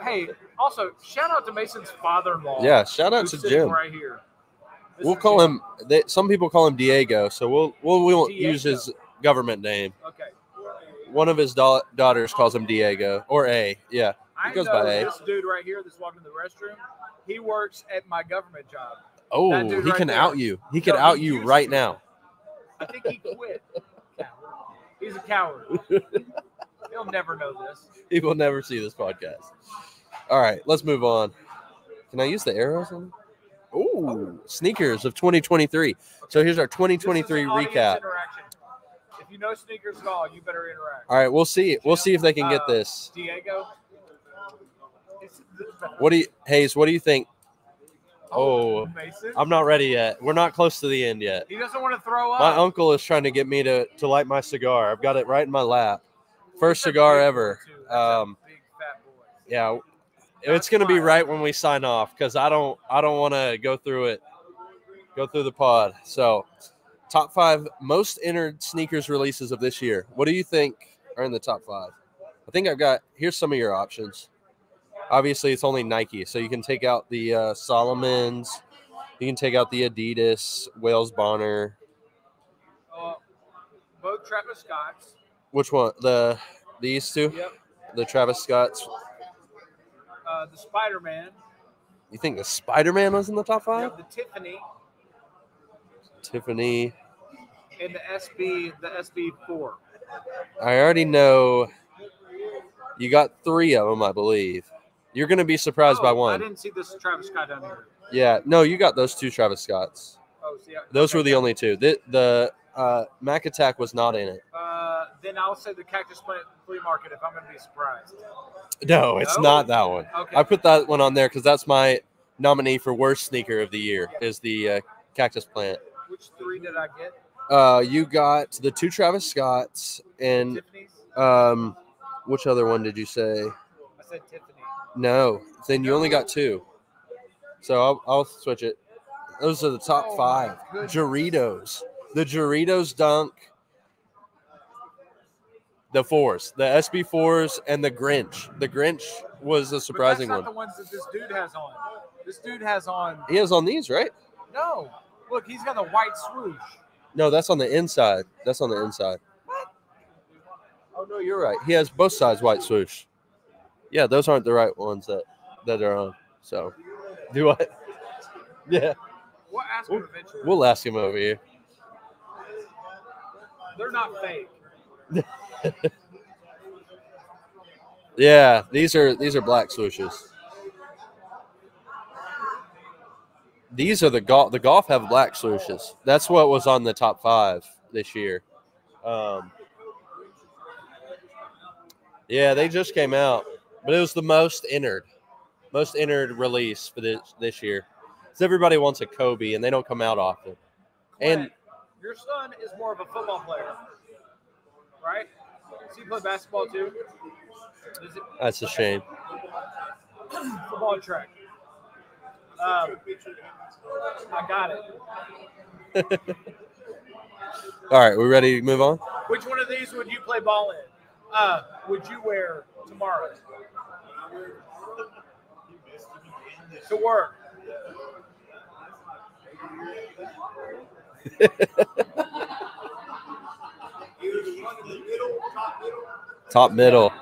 Speaker 1: Hey, also shout out to Mason's father-in-law.
Speaker 3: Yeah. Shout out
Speaker 1: who's
Speaker 3: to
Speaker 1: sitting
Speaker 3: Jim.
Speaker 1: right here. This
Speaker 3: We'll
Speaker 1: is
Speaker 3: call
Speaker 1: Jim.
Speaker 3: him. They, some people call him Diego, so we'll we'll we won't use
Speaker 1: Diego.
Speaker 3: his government name.
Speaker 1: Okay.
Speaker 3: One of his da- daughters calls him Diego or A. Yeah.
Speaker 1: I
Speaker 3: goes
Speaker 1: know
Speaker 3: by A.
Speaker 1: this dude right here that's walking to the restroom. He works at my government job.
Speaker 3: Oh,
Speaker 1: That dude
Speaker 3: he
Speaker 1: right
Speaker 3: can
Speaker 1: there.
Speaker 3: out you. He can
Speaker 1: No, he
Speaker 3: out you
Speaker 1: used
Speaker 3: right
Speaker 1: to.
Speaker 3: now.
Speaker 1: I think he quit. Coward. He's a coward. He'll never know this.
Speaker 3: He will never see this podcast. All right, let's move on. Can I use the arrows? On? Ooh, sneakers of 2023. So here's our
Speaker 1: This is an
Speaker 3: 2023
Speaker 1: audience
Speaker 3: recap.
Speaker 1: interaction. If you know sneakers at all, you better interact.
Speaker 3: All right, we'll see. We'll see if they can
Speaker 1: Uh,
Speaker 3: get this.
Speaker 1: Diego. It's-
Speaker 3: What do you, Hayes? What do you think? Oh,
Speaker 1: Mason.
Speaker 3: I'm not ready yet. We're not close to the end yet.
Speaker 1: He doesn't want to throw up.
Speaker 3: My uncle is trying to get me to to light my cigar. I've got it right in my lap. First cigar ever. Um,
Speaker 1: big fat boy.
Speaker 3: yeah, it's gonna be right when we sign off because I don't I don't want to go through it, go through the pod. So, top five most entered sneakers releases of this year. What do you think are in the top five? I think I've got here's some of your options. Obviously, it's only Nike, so you can take out the uh, Solomon's, you can take out the Adidas, Wales Bonner.
Speaker 1: Uh, both Travis Scott's.
Speaker 3: Which one? The these two,
Speaker 1: Yep.
Speaker 3: the Travis Scotts.
Speaker 1: Uh, the Spider Man.
Speaker 3: You think the Spider Man was in the top five?
Speaker 1: The Tiffany
Speaker 3: Tiffany.
Speaker 1: and the SB. The SB four.
Speaker 3: I already know you got three of them, I believe. You're going to be surprised by
Speaker 1: Oh, I
Speaker 3: one.
Speaker 1: didn't see this Travis Scott down here.
Speaker 3: Yeah, no, you got those two Travis Scotts.
Speaker 1: Oh, see, I-
Speaker 3: Those
Speaker 1: okay,
Speaker 3: were the only two. The, the uh, Mac Attack was not in it.
Speaker 1: Uh, then I'll say the Cactus Plant Flea Market if I'm going to be surprised.
Speaker 3: No, it's
Speaker 1: No?
Speaker 3: not that one.
Speaker 1: Okay.
Speaker 3: I put that one on there because that's my nominee for worst sneaker of the year is the uh, Cactus Plant.
Speaker 1: Which three did I get?
Speaker 3: Uh, you got the two Travis Scotts and
Speaker 1: Tiffany's.
Speaker 3: um, which other one did you say?
Speaker 1: I said Tiffany.
Speaker 3: No, then you only got two. So I'll, I'll switch it. Those are the top
Speaker 1: Oh,
Speaker 3: five.
Speaker 1: my goodness.
Speaker 3: Doritos, the Doritos Dunk, the fours, the SB fours, and the Grinch. The Grinch was a surprising
Speaker 1: but that's
Speaker 3: one.
Speaker 1: not the ones that this dude has on. This dude has on.
Speaker 3: He has on these, right?
Speaker 1: No, look, he's got the white swoosh.
Speaker 3: No, that's on the inside. That's on the inside. Oh no, you're right. He has both sides white swoosh. Yeah, those aren't the right ones that that are on. So, do I? Yeah,
Speaker 1: We'll ask him eventually.
Speaker 3: we'll ask him over here.
Speaker 1: They're not fake.
Speaker 3: Yeah, these are these are black swooshes. These are the golf. The golf have black swooshes. That's what was on the top five this year. Um, yeah, they just came out, but it was the most entered, most entered release for this this year. Because everybody wants a Kobe, and they don't come out often.
Speaker 1: Clint,
Speaker 3: And-
Speaker 1: your son is more of a football player, right? Does he play basketball too? Is it
Speaker 3: That's a shame.
Speaker 1: football and track? Um, I got it.
Speaker 3: All right, we ready to move on?
Speaker 1: Which one of these would you play ball in? Uh, would you wear tomorrow? To work.
Speaker 3: Top middle.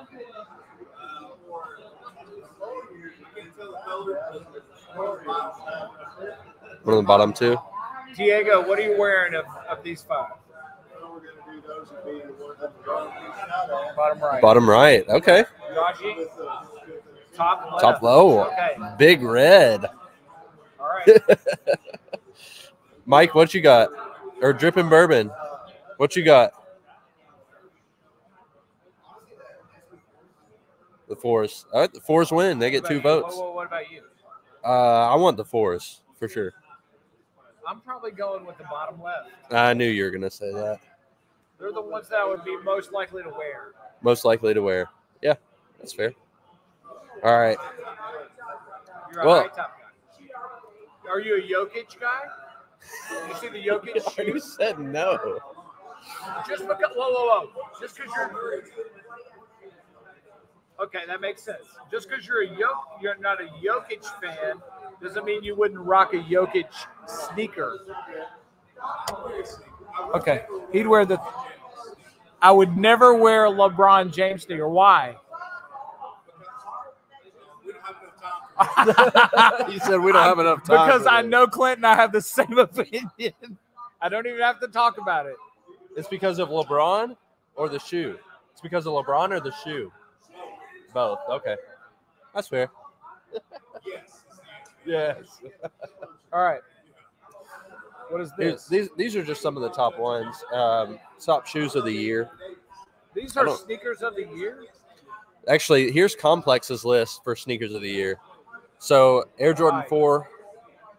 Speaker 3: One on the bottom two.
Speaker 1: Diego, what are you wearing of, of these five? Bottom right.
Speaker 3: Bottom right. Okay.
Speaker 1: Raji, top left.
Speaker 3: Top low.
Speaker 1: Oh, Okay.
Speaker 3: Big red.
Speaker 1: All right.
Speaker 3: Mike, what you got? Or dripping bourbon. What you got? The fours. All right, the fours win. They get
Speaker 1: What
Speaker 3: two
Speaker 1: about you?
Speaker 3: votes.
Speaker 1: Whoa, whoa, what about you?
Speaker 3: Uh, I want the fours for sure.
Speaker 1: I'm probably going with the bottom left.
Speaker 3: I knew you were gonna say that.
Speaker 1: They're the ones that I would be most likely to wear.
Speaker 3: Most likely to wear. Yeah, that's fair. All right.
Speaker 1: You're a
Speaker 3: Well-
Speaker 1: high top guy. Are you a Jokic guy? You see the Jokic
Speaker 3: You
Speaker 1: shoes?
Speaker 3: said no.
Speaker 1: Just because, whoa, whoa, whoa. Just because you're. Okay, that makes sense. Just because you're a Jok- you're not a Jokic fan doesn't mean you wouldn't rock a Jokic sneaker. Okay, he'd wear the. I would never wear a LeBron James sneaker. Why?
Speaker 3: he said we don't have enough time.
Speaker 1: because
Speaker 3: for
Speaker 1: I
Speaker 3: this."
Speaker 1: know Clint and I have the same opinion. I don't even have to talk about it.
Speaker 3: it's because of LeBron or the shoe. It's because of LeBron or the shoe. Both. Okay, that's fair. yes.
Speaker 1: All right. What is
Speaker 3: Here's-
Speaker 1: this?
Speaker 3: These these are just some of the top ones. Um, top shoes of the year.
Speaker 1: These
Speaker 3: I
Speaker 1: are
Speaker 3: don't-
Speaker 1: sneakers of the year.
Speaker 3: Actually, here's Complex's list for sneakers of the year. So Air Jordan
Speaker 1: Nice.
Speaker 3: Four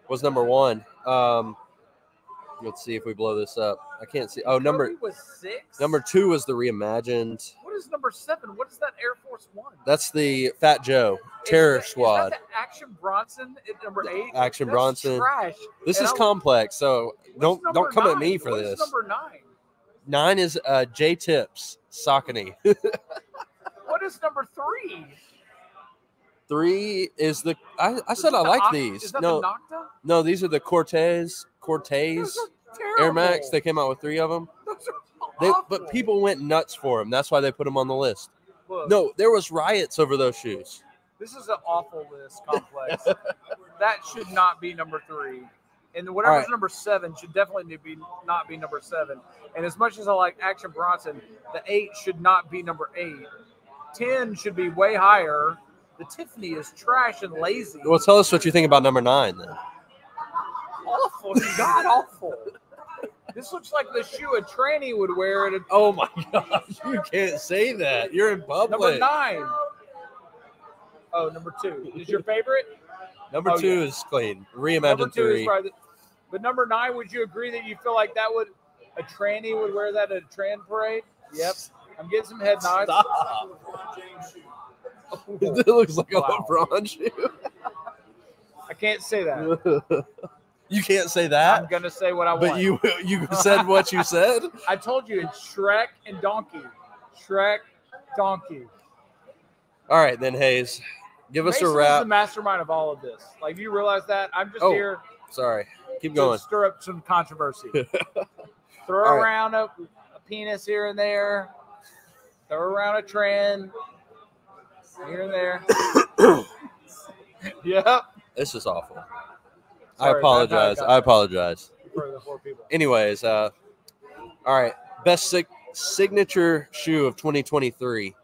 Speaker 3: was number one. Um, let's see if we blow this up. I can't see. Oh, number
Speaker 1: Kobe was six.
Speaker 3: number two was the reimagined.
Speaker 1: What is number seven? What is that Air Force One?
Speaker 3: That's the Fat Joe
Speaker 1: Is
Speaker 3: Terror
Speaker 1: that- is that
Speaker 3: Squad.
Speaker 1: the Action Bronson at number eight.
Speaker 3: Action
Speaker 1: That's
Speaker 3: Bronson.
Speaker 1: Trash.
Speaker 3: This
Speaker 1: and
Speaker 3: is
Speaker 1: I-
Speaker 3: complex, so
Speaker 1: What's
Speaker 3: don't
Speaker 1: number
Speaker 3: don't come at
Speaker 1: nine?
Speaker 3: me for
Speaker 1: What is
Speaker 3: this.
Speaker 1: Number nine.
Speaker 3: Nine is uh, J Tips Saucony.
Speaker 1: What is number three?
Speaker 3: Three is the I, I
Speaker 1: Is
Speaker 3: said
Speaker 1: that
Speaker 3: I
Speaker 1: the
Speaker 3: like
Speaker 1: Oc- Is
Speaker 3: these.
Speaker 1: that
Speaker 3: No,
Speaker 1: the Nocta?
Speaker 3: no, these are the Cortez Cortez
Speaker 1: Those are terrible.
Speaker 3: Air Max. They came out with three of them.
Speaker 1: Those are
Speaker 3: They,
Speaker 1: awful. Oh.
Speaker 3: but people went nuts for them. That's why they put them on the list.
Speaker 1: Look,
Speaker 3: No, there was riots over those shoes.
Speaker 1: This is an awful list complex. that should not be number three. And whatever's
Speaker 3: Alright.
Speaker 1: number seven should definitely be not be number seven. And as much as I like Action Bronson, the eight should not be number eight. Ten should be way higher. The Tiffany is trash and lazy.
Speaker 3: Well, tell us what you think about number nine then.
Speaker 1: awful, god awful. This looks like the shoe a tranny would wear at a
Speaker 3: Oh my God, you can't say that. You're in
Speaker 1: number
Speaker 3: public.
Speaker 1: nine. Oh, number two is your favorite.
Speaker 3: Number
Speaker 1: Oh,
Speaker 3: two is clean. Reimagine
Speaker 1: number two
Speaker 3: three.
Speaker 1: is probably. But number nine, would you agree that you feel like that would a tranny would wear that at a tran parade? Yep. I'm getting some head nods.
Speaker 3: Stop.
Speaker 1: Oh,
Speaker 3: it looks like a
Speaker 1: Wow.
Speaker 3: LeBron shoe.
Speaker 1: I can't say that.
Speaker 3: you can't say
Speaker 1: I'm
Speaker 3: that.
Speaker 1: gonna say what I want.
Speaker 3: But you you said what you said.
Speaker 1: I told you it's Shrek and Donkey. Shrek, Donkey.
Speaker 3: All right, then Hayes, give us
Speaker 1: Mason
Speaker 3: a
Speaker 1: is
Speaker 3: wrap.
Speaker 1: the mastermind of all of this. Like you realize that? I'm just
Speaker 3: Oh,
Speaker 1: here
Speaker 3: Sorry, keep
Speaker 1: to
Speaker 3: going.
Speaker 1: stir up some controversy. Throw
Speaker 3: All right.
Speaker 1: around a, a penis here and there. Throw around a trend here and there. yep.
Speaker 3: This is awful.
Speaker 1: Sorry,
Speaker 3: I
Speaker 1: bad
Speaker 3: apologize.
Speaker 1: guy.
Speaker 3: I apologize.
Speaker 1: For the four people.
Speaker 3: Anyways, uh, all right. Best sig- signature shoe of 2023.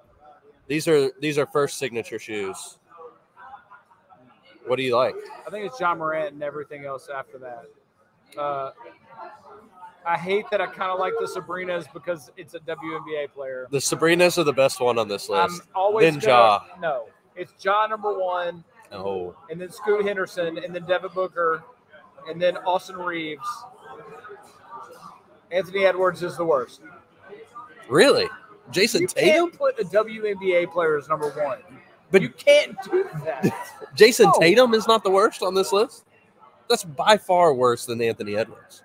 Speaker 3: These are these are first signature shoes. What do you like?
Speaker 1: I think it's John Morant and everything else after that. Uh, I hate that I kind of like the Sabrinas because it's a WNBA player.
Speaker 3: The Sabrinas are the best one on this
Speaker 1: I'm
Speaker 3: list.
Speaker 1: always
Speaker 3: Then
Speaker 1: gonna- No, it's John number one.
Speaker 3: Oh,
Speaker 1: and then Scoot Henderson, and then Devin Booker, and then Austin Reeves. Anthony Edwards is the worst.
Speaker 3: really? Jason
Speaker 1: You
Speaker 3: Tatum?
Speaker 1: can't put a WNBA player as number one.
Speaker 3: But-
Speaker 1: But you can't do that.
Speaker 3: Jason
Speaker 1: No.
Speaker 3: Tatum is not the worst on this list. That's by far worse than Anthony Edwards.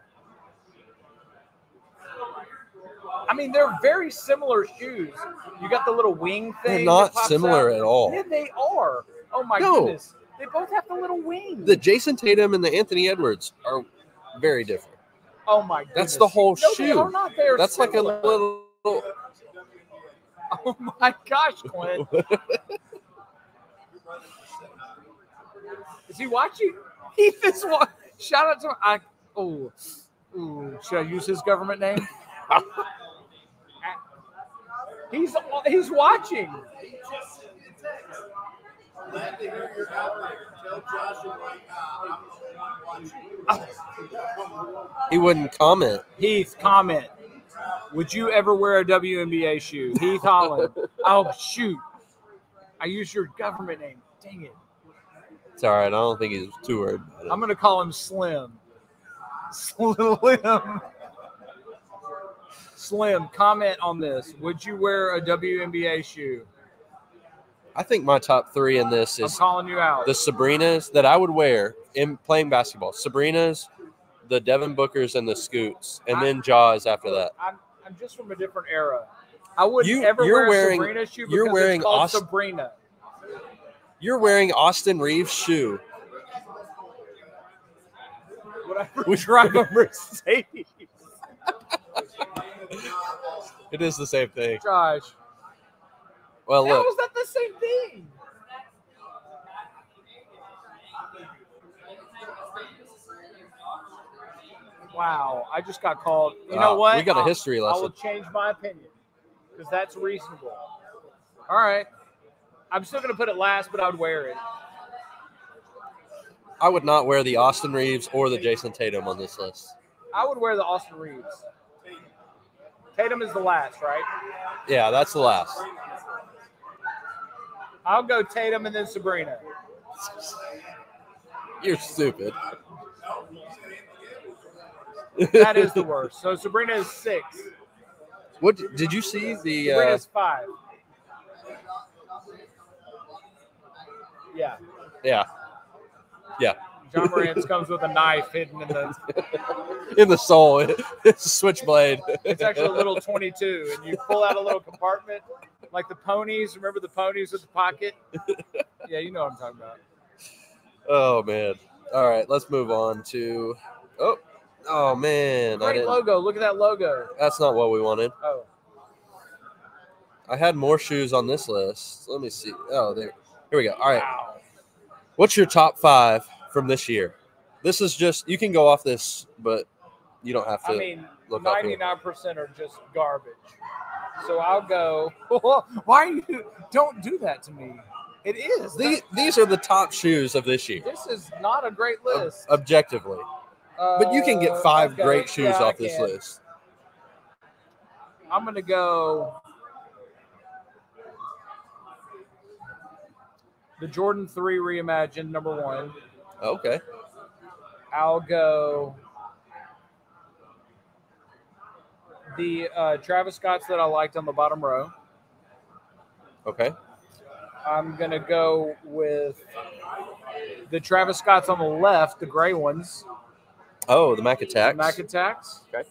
Speaker 1: I mean, they're very similar shoes. You got the little wing thing.
Speaker 3: They're
Speaker 1: that
Speaker 3: not
Speaker 1: pops
Speaker 3: similar
Speaker 1: out.
Speaker 3: at all.
Speaker 1: Yeah, they are. Oh my
Speaker 3: No.
Speaker 1: goodness. They both have the little wing.
Speaker 3: The Jason Tatum and the Anthony Edwards are very different.
Speaker 1: oh my goodness.
Speaker 3: That's the whole
Speaker 1: no, They are
Speaker 3: shoe.
Speaker 1: not. They are
Speaker 3: That's like a
Speaker 1: similar.
Speaker 3: little.
Speaker 1: Oh my gosh, Clint. Is he watching? He is watching. Shout out to I. Oh, ooh, should I use his government name? he's he's watching.
Speaker 3: He wouldn't comment.
Speaker 1: Heath, comment. Would you ever wear a WNBA shoe? Heath Holland. oh shoot! I used your government name. Dang it!
Speaker 3: It's all right. I don't think he's too worried about it.
Speaker 1: I'm gonna call him Slim. Slim. Slim, comment on this. Would you wear a WNBA shoe?
Speaker 3: I think my top three in this
Speaker 1: I'm
Speaker 3: is
Speaker 1: calling you out.
Speaker 3: the Sabrinas that I would wear in playing basketball. Sabrinas, the Devin Bookers, and the Scoots, and then Jaws after that.
Speaker 1: I'm, I'm just from a different era. I wouldn't
Speaker 3: uh, You-
Speaker 1: ever wear
Speaker 3: you're
Speaker 1: a
Speaker 3: wearing-
Speaker 1: Sabrina shoe because
Speaker 3: you're wearing
Speaker 1: it's called
Speaker 3: Aust-
Speaker 1: Sabrina.
Speaker 3: You're wearing Austin Reeves' shoe.
Speaker 1: Would I drive a Mercedes?
Speaker 3: It is the same thing.
Speaker 1: Josh.
Speaker 3: Well,
Speaker 1: How
Speaker 3: look,
Speaker 1: is that the same thing? Wow, I just got called. You
Speaker 3: Wow,
Speaker 1: know what?
Speaker 3: we got a
Speaker 1: I'll-
Speaker 3: history
Speaker 1: I will
Speaker 3: lesson.
Speaker 1: change my opinion because that's reasonable. All right. I'm still going to put it last, but I would wear it.
Speaker 3: I would not wear the Austin Reeves or the Jason Tatum on this list.
Speaker 1: I would wear the Austin Reeves. Tatum is the last, right?
Speaker 3: Yeah, that's the last.
Speaker 1: I'll go Tatum and then Sabrina.
Speaker 3: You're stupid.
Speaker 1: That is the worst. So Sabrina is six.
Speaker 3: What did you see the?
Speaker 1: Sabrina
Speaker 3: Uh,
Speaker 1: is five. Yeah.
Speaker 3: yeah,
Speaker 1: John Morant comes with a knife hidden in the.
Speaker 3: uh, in the soul. It's a switchblade.
Speaker 1: It's actually a little 22, and you pull out a little compartment, like the ponies. Remember the ponies with the pocket? Yeah, you know what I'm talking about.
Speaker 3: Oh man. All right, let's move on to. Oh, oh man. I
Speaker 1: Great
Speaker 3: didn't,
Speaker 1: logo. Look at that logo.
Speaker 3: that's not what we wanted.
Speaker 1: Oh,
Speaker 3: I had more shoes on this list. Let me see. Oh, there. Here we go. All right.
Speaker 1: wow.
Speaker 3: What's your top five from this year? This is just you can go off this, but you don't have to.
Speaker 1: I mean,
Speaker 3: look up here.
Speaker 1: 99% are just garbage. So I'll go. Why are you? Don't do that to me. It is.
Speaker 3: these, these are the top shoes of this year,
Speaker 1: This is not a great
Speaker 3: ob-
Speaker 1: list.
Speaker 3: objectively. Um, uh, But you can get
Speaker 1: Uh,
Speaker 3: five
Speaker 1: okay.
Speaker 3: great shoes
Speaker 1: Yeah, I
Speaker 3: off this
Speaker 1: can.
Speaker 3: list.
Speaker 1: I'm gonna go. The Jordan Three reimagined number one.
Speaker 3: Okay.
Speaker 1: I'll go. The uh, Travis Scotts that I liked on the bottom row.
Speaker 3: Okay.
Speaker 1: I'm gonna go with the Travis Scotts on the left, the gray ones.
Speaker 3: Oh, the Mac
Speaker 1: the
Speaker 3: Attacks.
Speaker 1: Mac attacks.
Speaker 3: Okay.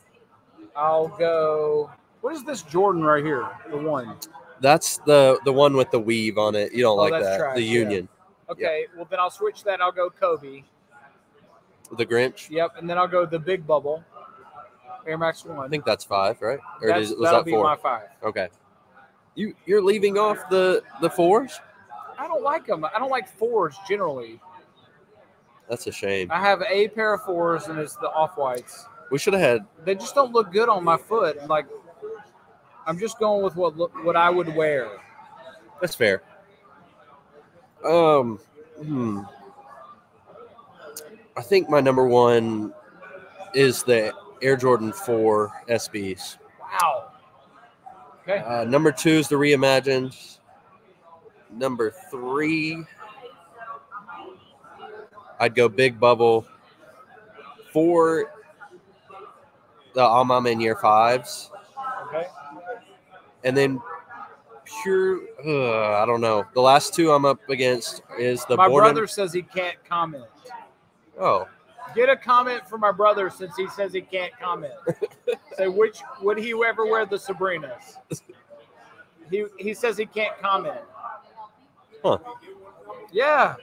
Speaker 1: I'll go. What is this Jordan right here? The one.
Speaker 3: that's the the one with the weave on it. You don't
Speaker 1: Oh,
Speaker 3: like
Speaker 1: that's
Speaker 3: that.
Speaker 1: trash,
Speaker 3: the
Speaker 1: yeah.
Speaker 3: Union,
Speaker 1: Okay. Well, then I'll switch that. I'll go Kobe.
Speaker 3: the Grinch.
Speaker 1: Yep. And then I'll go the big bubble. Air Max
Speaker 3: I
Speaker 1: One.
Speaker 3: think that's five, right? Or
Speaker 1: That's-
Speaker 3: is, was
Speaker 1: that'll
Speaker 3: that
Speaker 1: be
Speaker 3: four?
Speaker 1: my five.
Speaker 3: Okay. You you're leaving off the the fours?
Speaker 1: I don't like them. I don't like fours generally.
Speaker 3: That's a shame.
Speaker 1: I have a pair of fours, and it's the off whites.
Speaker 3: We should have had
Speaker 1: They just don't look good on my foot. Like, I'm just going with what look, what I would wear.
Speaker 3: that's fair. Um hmm. I think my number one is the Air Jordan 4 SBs.
Speaker 1: Wow. Okay.
Speaker 3: Uh, number two is the reimagined. Number three, I'd go Big Bubble. Four, the All Mama in Year Fives.
Speaker 1: Okay.
Speaker 3: And then pure, uh, I don't know. The last two I'm up against is the
Speaker 1: my
Speaker 3: Born
Speaker 1: brother says he can't comment.
Speaker 3: in, Oh,
Speaker 1: Get a comment from my brother since he says he can't comment. Say which would he ever wear the Sabrinas? He he says he can't comment.
Speaker 3: Huh.
Speaker 1: Yeah.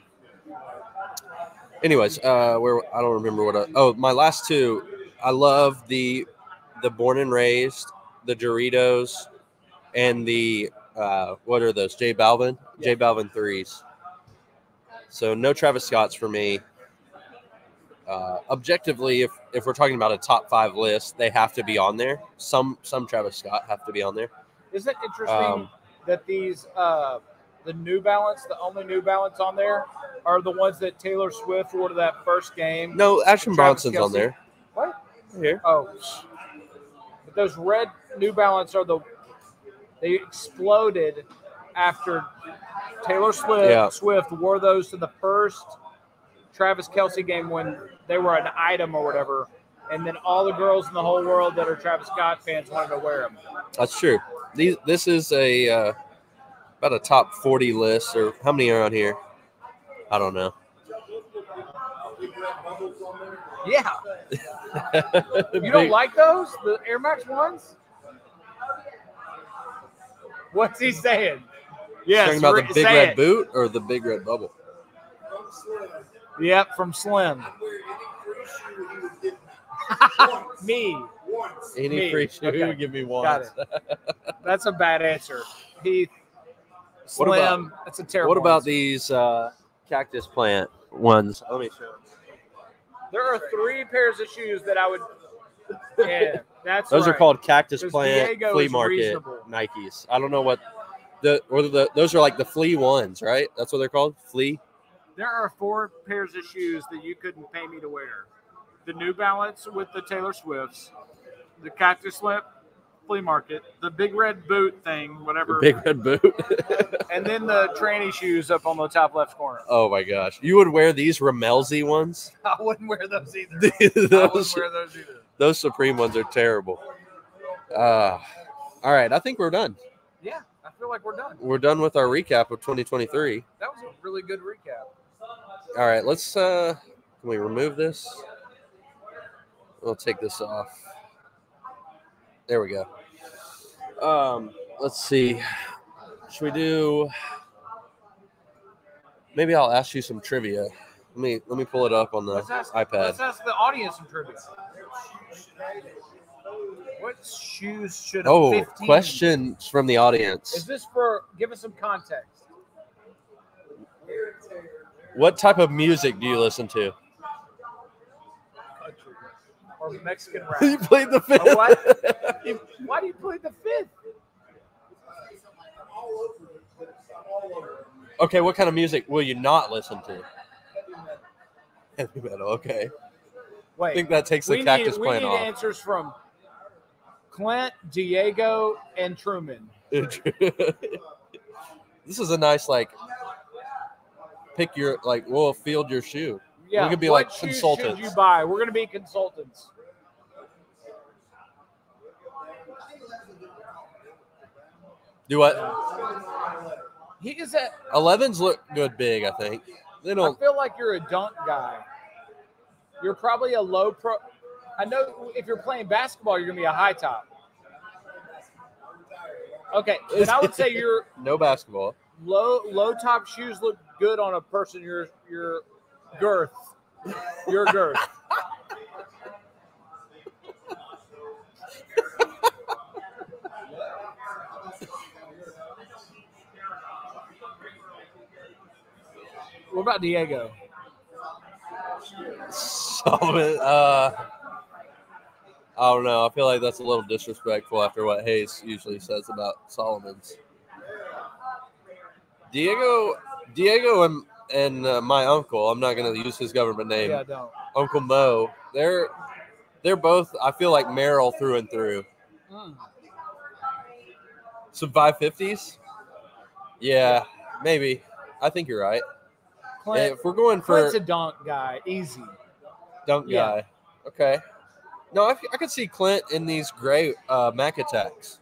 Speaker 3: anyways, uh, where I don't remember what. I, oh, my last two, I love the the Born and Raised, the Doritos, and the uh, what are those? J Balvin, J Balvin threes. So no Travis Scotts for me. Uh, objectively, if if we're talking about a top five list, they have to be on there. Some some Travis Scott have to be on there.
Speaker 1: Isn't it interesting
Speaker 3: Um,
Speaker 1: that these uh the New Balance, the only New Balance on there, are the ones that Taylor Swift wore to that first game.
Speaker 3: No, Ashton
Speaker 1: Travis
Speaker 3: Bronson's on
Speaker 1: Kelce.
Speaker 3: there.
Speaker 1: What?
Speaker 3: Here.
Speaker 1: Oh, but those red New Balance are the they exploded after Taylor Swift
Speaker 3: Yeah.
Speaker 1: Swift wore those to the first Travis Kelsey game when they were an item or whatever, and then all the girls in the whole world that are Travis Scott fans wanted to wear them.
Speaker 3: That's true. These this is a uh, about a top forty list, or how many are on here? I don't know.
Speaker 1: Yeah, you don't like those the Air Max ones. What's he saying? Yes,
Speaker 3: talking about
Speaker 1: re-
Speaker 3: the big
Speaker 1: say
Speaker 3: red
Speaker 1: it.
Speaker 3: boot or the big red bubble.
Speaker 1: Yep, from Slim. me. Once.
Speaker 3: Any
Speaker 1: Me.
Speaker 3: free shoe,
Speaker 1: Okay.
Speaker 3: give me
Speaker 1: Got
Speaker 3: one.
Speaker 1: it. That's a bad answer. Heath.
Speaker 3: What
Speaker 1: Slim.
Speaker 3: about-
Speaker 1: That's a terrible
Speaker 3: What about
Speaker 1: answer.
Speaker 3: these uh, cactus plant ones? Let me show. you.
Speaker 1: There are three pairs of shoes that I would. Yeah, that's
Speaker 3: Those are
Speaker 1: right.
Speaker 3: called cactus
Speaker 1: 'Cause
Speaker 3: plant
Speaker 1: Diego
Speaker 3: flea
Speaker 1: is
Speaker 3: market
Speaker 1: reasonable.
Speaker 3: Nikes. I don't know what the or the those are like the flea ones, right? That's what they're called, flea.
Speaker 1: There are four pairs of shoes that you couldn't pay me to wear. The New Balance with the Taylor Swifts, the Cactus Lip flea market, the big red boot thing,
Speaker 3: The
Speaker 1: whatever,
Speaker 3: big red boot.
Speaker 1: and then the tranny shoes up on the top left corner.
Speaker 3: oh my gosh, you would wear these Ramelzy ones.
Speaker 1: I wouldn't wear those either. I wouldn't
Speaker 3: those,
Speaker 1: wear those either.
Speaker 3: those Supreme ones are terrible. Uh, all right, I think we're done.
Speaker 1: Yeah, I feel like we're done.
Speaker 3: We're done with our recap of 2023.
Speaker 1: That was a really good recap.
Speaker 3: All right, let's. Uh, can we remove this? We'll take this off. There we go. Um, let's see. Should we do? Maybe I'll ask you some trivia. Let me let me pull it up on the
Speaker 1: Let's ask,
Speaker 3: Uh, iPad.
Speaker 1: let's ask the audience some trivia. What shoes should
Speaker 3: Oh,
Speaker 1: 15
Speaker 3: questions from the
Speaker 1: Is
Speaker 3: audience.
Speaker 1: this for? Give us some context.
Speaker 3: What type of music do you listen to?
Speaker 1: Country or Mexican
Speaker 3: you
Speaker 1: rap?
Speaker 3: played the fifth.
Speaker 1: A what? Why do you play the fifth?
Speaker 3: Okay, what kind of music will you not listen to? Heavy metal. Okay, I
Speaker 1: Wait,
Speaker 3: think that takes the
Speaker 1: we
Speaker 3: cactus
Speaker 1: need, we
Speaker 3: plant
Speaker 1: need
Speaker 3: off.
Speaker 1: answers from Clint, Diego, and Truman.
Speaker 3: this is a nice like pick your like we'll field your shoe.
Speaker 1: Yeah,
Speaker 3: could be
Speaker 1: what
Speaker 3: like
Speaker 1: shoes should
Speaker 3: consultants.
Speaker 1: you buy? We're gonna be consultants.
Speaker 3: Do what?
Speaker 1: He is at.
Speaker 3: Elevens look good big. I think they
Speaker 1: I
Speaker 3: don't.
Speaker 1: feel like you're a dunk guy. You're probably a low pro. I know if you're playing basketball, you're gonna be a high top. Okay, then I would say you're
Speaker 3: No basketball.
Speaker 1: low low top shoes look good on a person your your girth your girth what about diego
Speaker 3: So uh, I don't know. I feel like that's a little disrespectful after what Hayes usually says about Solomon's. Diego, Diego, and and uh, my uncle. I'm not going to use his government name.
Speaker 1: yeah don't
Speaker 3: Uncle Mo. They're they're both. I feel like Merrill through and through.
Speaker 1: Mm.
Speaker 3: Some five fifties. Yeah, maybe. I think you're right.
Speaker 1: Clint,
Speaker 3: if we're going for
Speaker 1: clint's a dunk guy easy
Speaker 3: dunk guy,
Speaker 1: yeah.
Speaker 3: okay. No, I, I could see Clint in these gray uh, Mac attacks.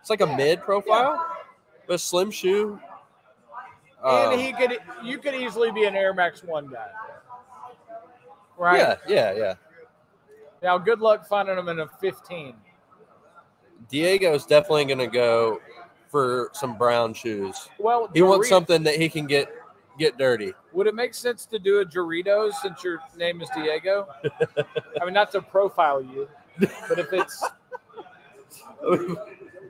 Speaker 3: It's like a mid profile, but slim shoe. Um,
Speaker 1: and he could you could easily be an air max one guy right
Speaker 3: Yeah, yeah, yeah.
Speaker 1: now good luck finding them in a 15
Speaker 3: Diego's definitely gonna go for some brown shoes.
Speaker 1: well
Speaker 3: He wants
Speaker 1: Doritos-
Speaker 3: something that he can get get dirty.
Speaker 1: Would it make sense to do a Doritos since your name is Diego? I mean, not to profile you, but if it's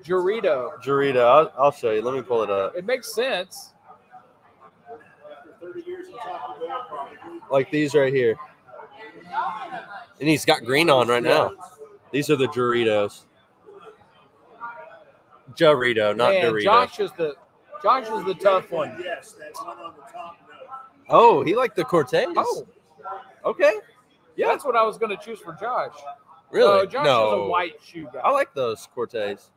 Speaker 1: Dorito,
Speaker 3: Jarita, I'll, I'll show you. Let me pull it up.
Speaker 1: it makes sense.
Speaker 3: Like these right here. And he's got green on right now. These are the Doritos. Jarito, not
Speaker 1: Man,
Speaker 3: Dorito.
Speaker 1: Josh is the Josh is the tough one.
Speaker 3: Oh, he liked the Cortez.
Speaker 1: Oh,
Speaker 3: okay. Yeah.
Speaker 1: that's what I was going to choose for Josh.
Speaker 3: Really?
Speaker 1: No, Uh, Josh
Speaker 3: no.
Speaker 1: is a white shoe guy.
Speaker 3: I like those Cortez.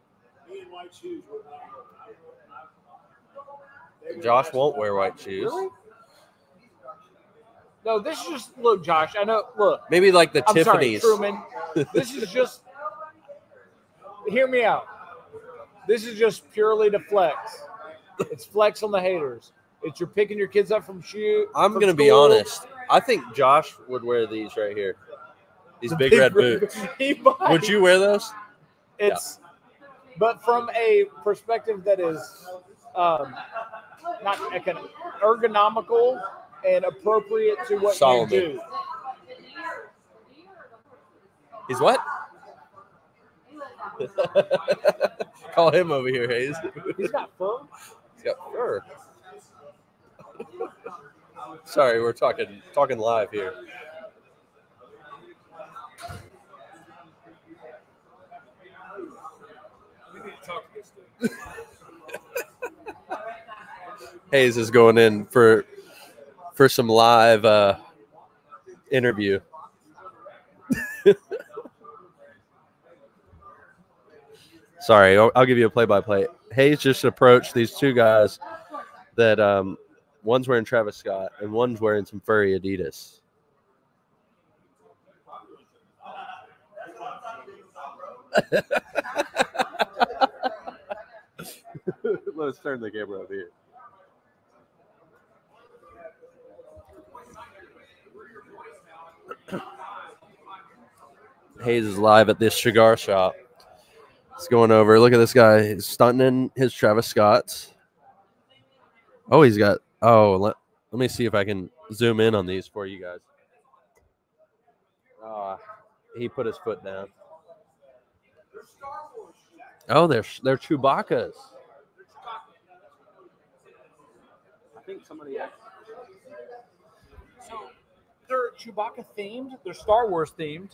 Speaker 3: Josh won't wear white shoes.
Speaker 1: Really? No, this is just look, Josh. I know. Look,
Speaker 3: Maybe like the
Speaker 1: I'm
Speaker 3: Tiffany's.
Speaker 1: sorry, Truman. This is just. hear me out. This is just purely to flex. It's flex on the haters. It's you're picking your kids up from shoe.
Speaker 3: I'm
Speaker 1: from
Speaker 3: gonna be
Speaker 1: school.
Speaker 3: honest. I think Josh would wear these right here. These big, red, boots.
Speaker 1: He might.
Speaker 3: Would you wear those?
Speaker 1: It's, but from a perspective that is um, not econ- ergonomical and appropriate to what
Speaker 3: Solomon.
Speaker 1: you do.
Speaker 3: He's what? Call him over here, Hayes.
Speaker 1: He's got fur.
Speaker 3: Yep, sure. Sorry, we're talking talking live here. Hayes is going in for for some live uh, interview. Sorry, I'll, I'll give you a play by play. Hayes just approached these two guys that um, one's wearing Travis Scott and one's wearing some furry Adidas. Let's turn the camera up here. Hayes is live at this cigar shop. It's going over. Look at this guy. He's stunting in his Travis Scott's. Oh, he's got. Oh, let, let me see if I can zoom in on these for you guys. Ah, he put his foot down. Oh, they're they're Chewbacca's.
Speaker 1: I think somebody else. So they're Chewbacca themed. They're Star Wars themed.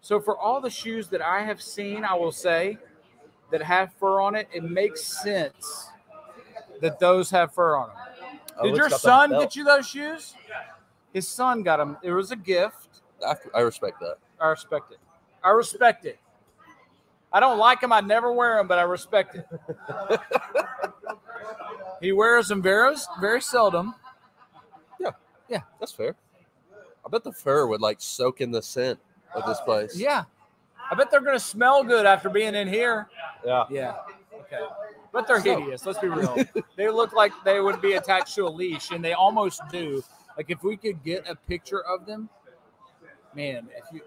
Speaker 1: So for all the shoes that I have seen, I will say that have fur on it, it makes sense that those have fur on them.
Speaker 3: Oh,
Speaker 1: Did
Speaker 3: it's
Speaker 1: your
Speaker 3: got the
Speaker 1: son
Speaker 3: belt.
Speaker 1: get you those shoes? His son got them. It was a gift.
Speaker 3: I, I respect that.
Speaker 1: I respect it. I respect it. I don't like them. I never wear them, but I respect it. he wears them very, very seldom.
Speaker 3: That's fair. I bet the fur would like soak in the scent of this place.
Speaker 1: Yeah. I bet they're going to smell good after being in here.
Speaker 3: Yeah.
Speaker 1: Yeah. Okay. But they're
Speaker 3: So-
Speaker 1: hideous. Let's be real. they look like they would be attached to a leash, and they almost do. Like if we could get a picture of them, man. If you,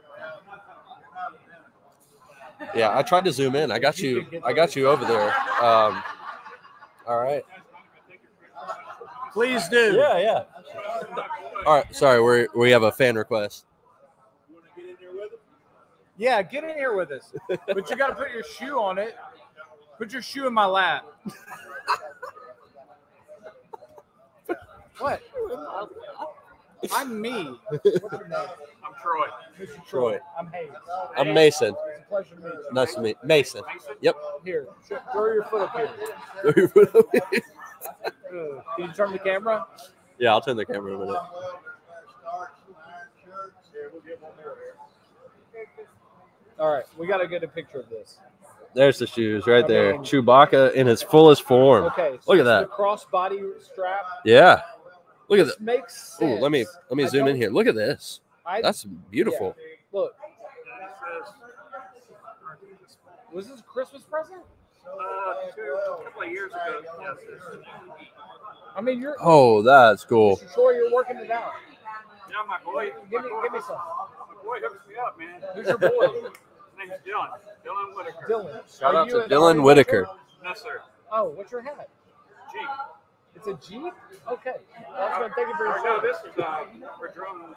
Speaker 3: Yeah. I tried to zoom in. I got you. I got you over there. Um, all right.
Speaker 1: please do.
Speaker 3: Yeah. All right. Sorry. We we have a fan request.
Speaker 1: Yeah, get in here with us. But you got to put your shoe on it. Put your shoe in my lap. what? I'm me. What's your name?
Speaker 2: I'm Troy.
Speaker 1: Mr.
Speaker 3: Troy.
Speaker 1: I'm Hayes.
Speaker 3: I'm Mason.
Speaker 1: It's a pleasure to meet you.
Speaker 3: Nice to meet Mason. Yep.
Speaker 1: Here, sh- throw your foot up here. Ugh. Can you turn the camera?
Speaker 3: yeah, I'll turn the camera in a minute.
Speaker 1: All right, we got to get a picture of this.
Speaker 3: There's the shoes right there. Chewbacca in his fullest form.
Speaker 1: Okay.
Speaker 3: Look at
Speaker 1: it's
Speaker 3: that.
Speaker 1: The crossbody strap.
Speaker 3: Yeah. Look at that.
Speaker 1: This makes
Speaker 3: Oh,
Speaker 1: sense.
Speaker 3: let me let me
Speaker 1: I
Speaker 3: zoom in
Speaker 1: don't-
Speaker 3: here. Look at this.
Speaker 1: I,
Speaker 3: That's beautiful.
Speaker 1: Look. Was this a Christmas present?
Speaker 4: a couple of years ago.
Speaker 1: I mean, you're
Speaker 3: Oh, that's cool.
Speaker 1: Mr. Troy, you're working it out.
Speaker 4: Now my boy,
Speaker 1: Give me, give me some.
Speaker 4: my boy hooks me up, man.
Speaker 1: Who's your boy,
Speaker 4: His name's Dylan. Dylan Whitaker.
Speaker 1: Dylan?
Speaker 3: Shout
Speaker 1: Are
Speaker 3: out
Speaker 1: you
Speaker 3: to
Speaker 1: an
Speaker 3: Dylan
Speaker 1: RE
Speaker 3: Whitaker.
Speaker 4: No, sir.
Speaker 1: Oh, what's your hat?
Speaker 4: Gee.
Speaker 1: It's a Jeep. Okay. That's what I'm thinking for your
Speaker 4: Or no,
Speaker 1: shirt.
Speaker 4: this is uh, for drone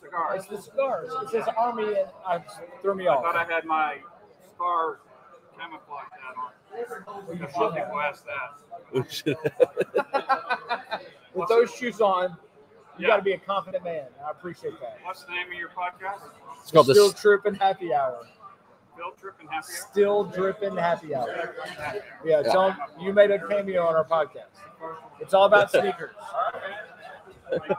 Speaker 4: cigars.
Speaker 1: It's the scars. It says Army, and I threw me
Speaker 4: I thought I
Speaker 1: off.
Speaker 4: had my star camouflage hat on.
Speaker 1: You
Speaker 4: If
Speaker 1: should
Speaker 4: some
Speaker 1: have.
Speaker 4: people ask that.
Speaker 1: With those shoes on, you
Speaker 4: Yeah.
Speaker 1: got to be a confident man. I appreciate that.
Speaker 4: What's the name of your podcast?
Speaker 3: It's called
Speaker 1: Still
Speaker 3: this.
Speaker 1: dripping happy hour.
Speaker 4: Field Trip and Happy Hour?
Speaker 1: Still dripping happy hour. Yeah, tell 'em you made a cameo on our podcast. It's all about sneakers.
Speaker 3: That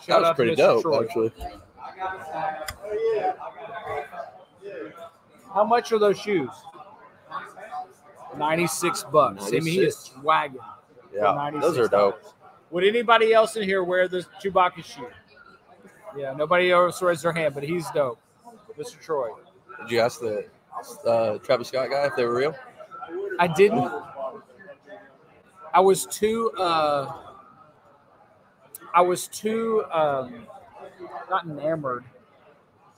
Speaker 1: Shout
Speaker 3: was
Speaker 1: out to
Speaker 3: pretty
Speaker 1: Mr.
Speaker 3: dope,
Speaker 1: Troy.
Speaker 3: actually.
Speaker 1: How much are those shoes? Ninety-six bucks. I mean, he is swagging. for
Speaker 3: Yeah, those are
Speaker 1: $96.
Speaker 3: dope.
Speaker 1: Would anybody else in here wear this Chewbacca shoe? Yeah, nobody else raised their hand, but he's dope, Mr. Troy.
Speaker 3: Did you ask the uh, Travis Scott guy if they were real?
Speaker 1: I didn't. I was too. Uh, I was too um, not enamored.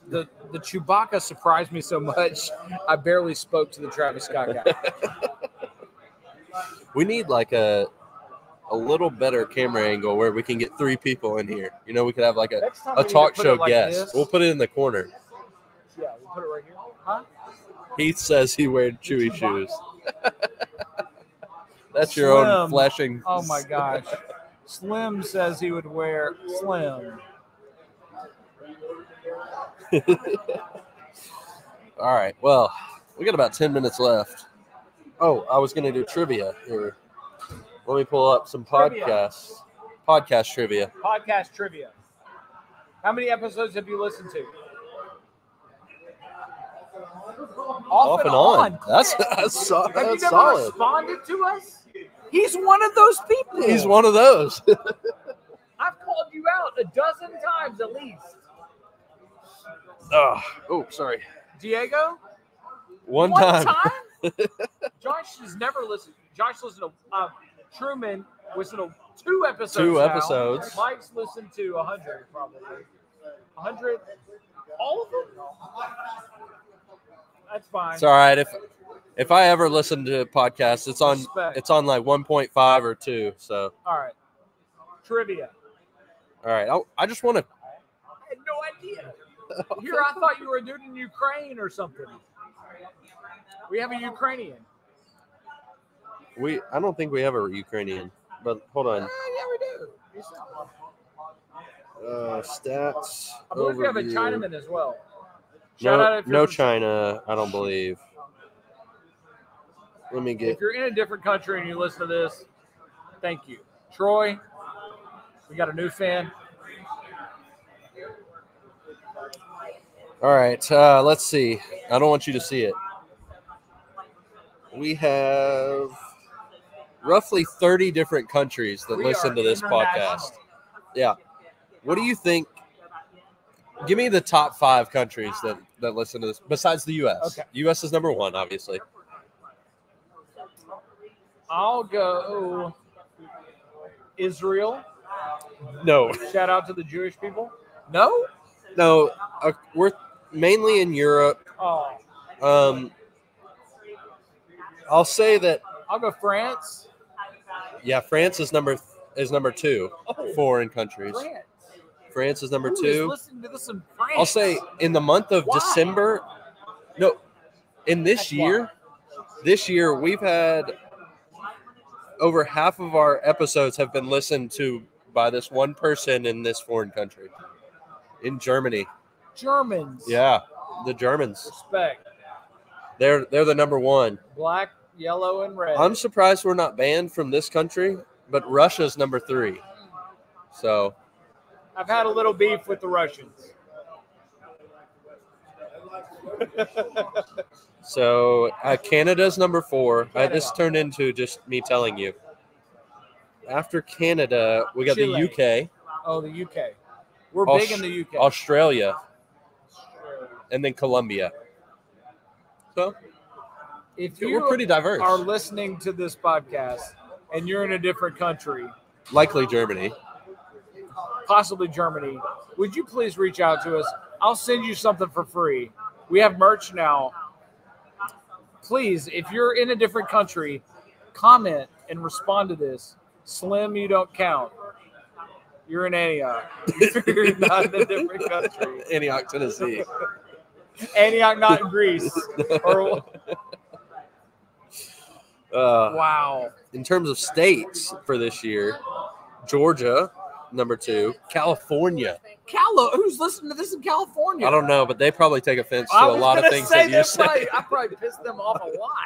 Speaker 1: The the Chewbacca surprised me so much. I barely spoke to the Travis Scott guy.
Speaker 3: We need like a a little better camera angle where we can get three people in here. You know, we could have like a,
Speaker 1: Next time we
Speaker 3: a
Speaker 1: need to
Speaker 3: talk
Speaker 1: put
Speaker 3: show
Speaker 1: it like
Speaker 3: guest.
Speaker 1: this.
Speaker 3: We'll put it in the corner.
Speaker 1: Yeah, we'll put it right here. Huh?
Speaker 3: Heath says he wear Chewy shoes. That's your own
Speaker 1: Slim.
Speaker 3: flashing.
Speaker 1: Oh my gosh. Slim says he would wear Slim.
Speaker 3: All right. Well, we got about 10 minutes left. Oh, I was going to do trivia here. Let me pull up some
Speaker 1: Trivia.
Speaker 3: podcasts. Podcast trivia.
Speaker 1: Podcast trivia. How many episodes have you listened to? Off,
Speaker 3: Off and on. That's, that's, so-
Speaker 1: Have you
Speaker 3: that's
Speaker 1: never
Speaker 3: solid.
Speaker 1: responded to us? He's one of those people.
Speaker 3: He's one of those.
Speaker 1: I've called you out a dozen times at least.
Speaker 3: oh, oh, sorry.
Speaker 1: Diego?
Speaker 3: One, time.
Speaker 1: Josh has never listened. Josh listened to um, Truman listened to two episodes.
Speaker 3: Two
Speaker 1: now.
Speaker 3: episodes.
Speaker 1: Mike's listened to a hundred probably. A hundred. All of them. That's fine.
Speaker 3: It's all right. If if I ever listen to podcasts, it's on
Speaker 1: Respect.
Speaker 3: it's on like 1.5 or 2. So,
Speaker 1: All right. Trivia.
Speaker 3: all right. I, I just want to
Speaker 1: I had no idea. Here, I thought you were a dude in Ukraine or something. We have a Ukrainian.
Speaker 3: we I don't think we have a Ukrainian. But hold
Speaker 1: Ah,
Speaker 3: on.
Speaker 1: yeah, we do. He's not-
Speaker 3: Uh, stats.
Speaker 1: I believe we have a
Speaker 3: overview.
Speaker 1: Chinaman as well. Shout out
Speaker 3: No,
Speaker 1: if you're
Speaker 3: no
Speaker 1: from-
Speaker 3: China, I don't believe. Let me get
Speaker 1: If you're in a different country and you listen to this, thank you. Troy, we got a new fan.
Speaker 3: All right, uh, let's see. I don't want you to see it. We have roughly 30 different countries that
Speaker 1: We
Speaker 3: listen
Speaker 1: are
Speaker 3: to this
Speaker 1: international.
Speaker 3: podcast. Yeah. What do you think? Give me the top five countries that, that listen to this besides the U.S.
Speaker 1: Okay.
Speaker 3: U.S. is number one, obviously.
Speaker 1: I'll go Israel.
Speaker 3: No,
Speaker 1: Shout out to the Jewish people. No?
Speaker 3: no, uh, we're mainly in Europe.
Speaker 1: Oh,
Speaker 3: Um, I'll say that
Speaker 1: I'll go France.
Speaker 3: yeah, France is number is number two foreign countries.
Speaker 1: France.
Speaker 3: France is number
Speaker 1: Who is
Speaker 3: Oh, two.
Speaker 1: listening to this in France?
Speaker 3: I'll say in the month of
Speaker 1: Why?
Speaker 3: December, no, in this
Speaker 1: That's
Speaker 3: year, this year we've had over half of our episodes have been listened to by this one person in this foreign country, in Germany.
Speaker 1: Germans.
Speaker 3: Yeah, the Germans.
Speaker 1: Respect.
Speaker 3: They're they're the number one.
Speaker 1: Black, yellow, and red.
Speaker 3: I'm surprised we're not banned from this country, but Russia's number three. So
Speaker 1: I've had a little beef with the Russians.
Speaker 3: So uh, Canada's number four. I, this
Speaker 1: Canada.
Speaker 3: turned into just me telling you. After Canada, we got
Speaker 1: Chile.
Speaker 3: the
Speaker 1: Oh, the UK. We're
Speaker 3: Aus-
Speaker 1: big in the
Speaker 3: UK,
Speaker 1: UK.
Speaker 3: Australia, and then Colombia. So
Speaker 1: if you
Speaker 3: we're pretty diverse.
Speaker 1: are listening to this podcast and you're in a different country,
Speaker 3: Likely Germany.
Speaker 1: possibly Germany, would you please reach out to us? I'll send you something for free. We have merch now. Please, if you're in a different country, comment and respond to this. Slim, you don't count. You're in Antioch. You're not in a different country.
Speaker 3: Antioch, Tennessee.
Speaker 1: Antioch, not in Greece. Or,
Speaker 3: Uh,
Speaker 1: wow.
Speaker 3: in terms of states for this year, Georgia, number two. California.
Speaker 1: Calo, who's listening to this in California?
Speaker 3: I don't know, but they probably take offense to
Speaker 1: I
Speaker 3: a
Speaker 1: was
Speaker 3: lot of
Speaker 1: gonna
Speaker 3: things
Speaker 1: say
Speaker 3: that
Speaker 1: they're
Speaker 3: you say.
Speaker 1: Probably, I probably pissed them off a lot.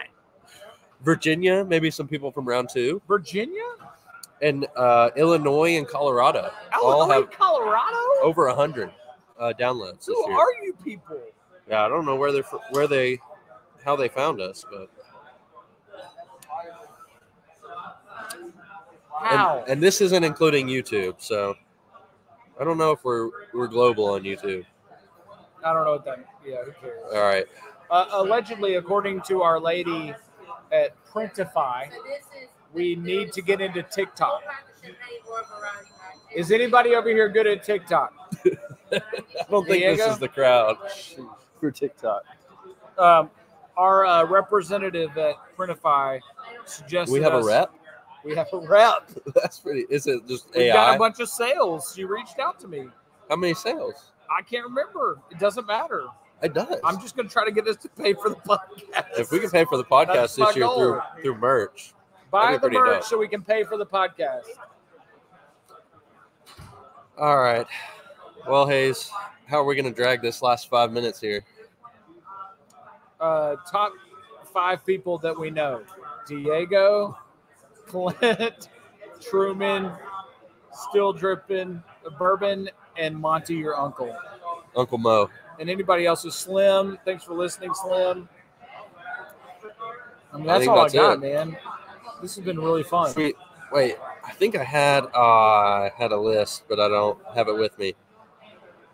Speaker 3: Virginia, maybe some people from round two.
Speaker 1: Virginia,
Speaker 3: and uh, Illinois and Colorado all
Speaker 1: Illinois,
Speaker 3: have
Speaker 1: Colorado.
Speaker 3: over hundred uh, downloads this
Speaker 1: Who
Speaker 3: year.
Speaker 1: are you people?
Speaker 3: yeah, I don't know where they're fr- where they how they found us, but and,
Speaker 1: How?
Speaker 3: and this isn't including YouTube, so I don't know if we're we're global on YouTube.
Speaker 1: I don't know what that. Yeah, who cares?
Speaker 3: All right,
Speaker 1: Uh, allegedly, according to our lady at Printify, we need to get into TikTok. Is anybody over here good at TikTok?
Speaker 3: I don't think this
Speaker 1: Diego?
Speaker 3: is the crowd for TikTok.
Speaker 1: Um, our uh, representative at Printify suggested
Speaker 3: We have a
Speaker 1: us-
Speaker 3: rep.
Speaker 1: We have a rep.
Speaker 3: That's pretty. Is it just
Speaker 1: We got a
Speaker 3: AI?
Speaker 1: bunch of sales. She reached out to me.
Speaker 3: How many sales?
Speaker 1: I can't remember. It doesn't matter.
Speaker 3: It does.
Speaker 1: I'm just gonna try to get us to pay for the podcast.
Speaker 3: if we can pay for the podcast
Speaker 1: That's my
Speaker 3: this year through
Speaker 1: goal.
Speaker 3: through merch,
Speaker 1: buy
Speaker 3: that'd be
Speaker 1: the
Speaker 3: pretty
Speaker 1: merch
Speaker 3: dope.
Speaker 1: so we can pay for the podcast.
Speaker 3: all right. Well, Hayes, how are we going to drag this last five minutes here?
Speaker 1: Uh, top five people that we know: Diego, Clint, Truman, Still Dripping, Bourbon, and Monty, your uncle.
Speaker 3: Uncle Mo.
Speaker 1: And anybody else is Slim. Thanks for listening, Slim. I mean,
Speaker 3: I
Speaker 1: that's
Speaker 3: think
Speaker 1: all
Speaker 3: that's
Speaker 1: I got,
Speaker 3: it.
Speaker 1: man. This has been really fun.
Speaker 3: Sweet. Wait, I think I had uh, I had a list, but I don't have it with me.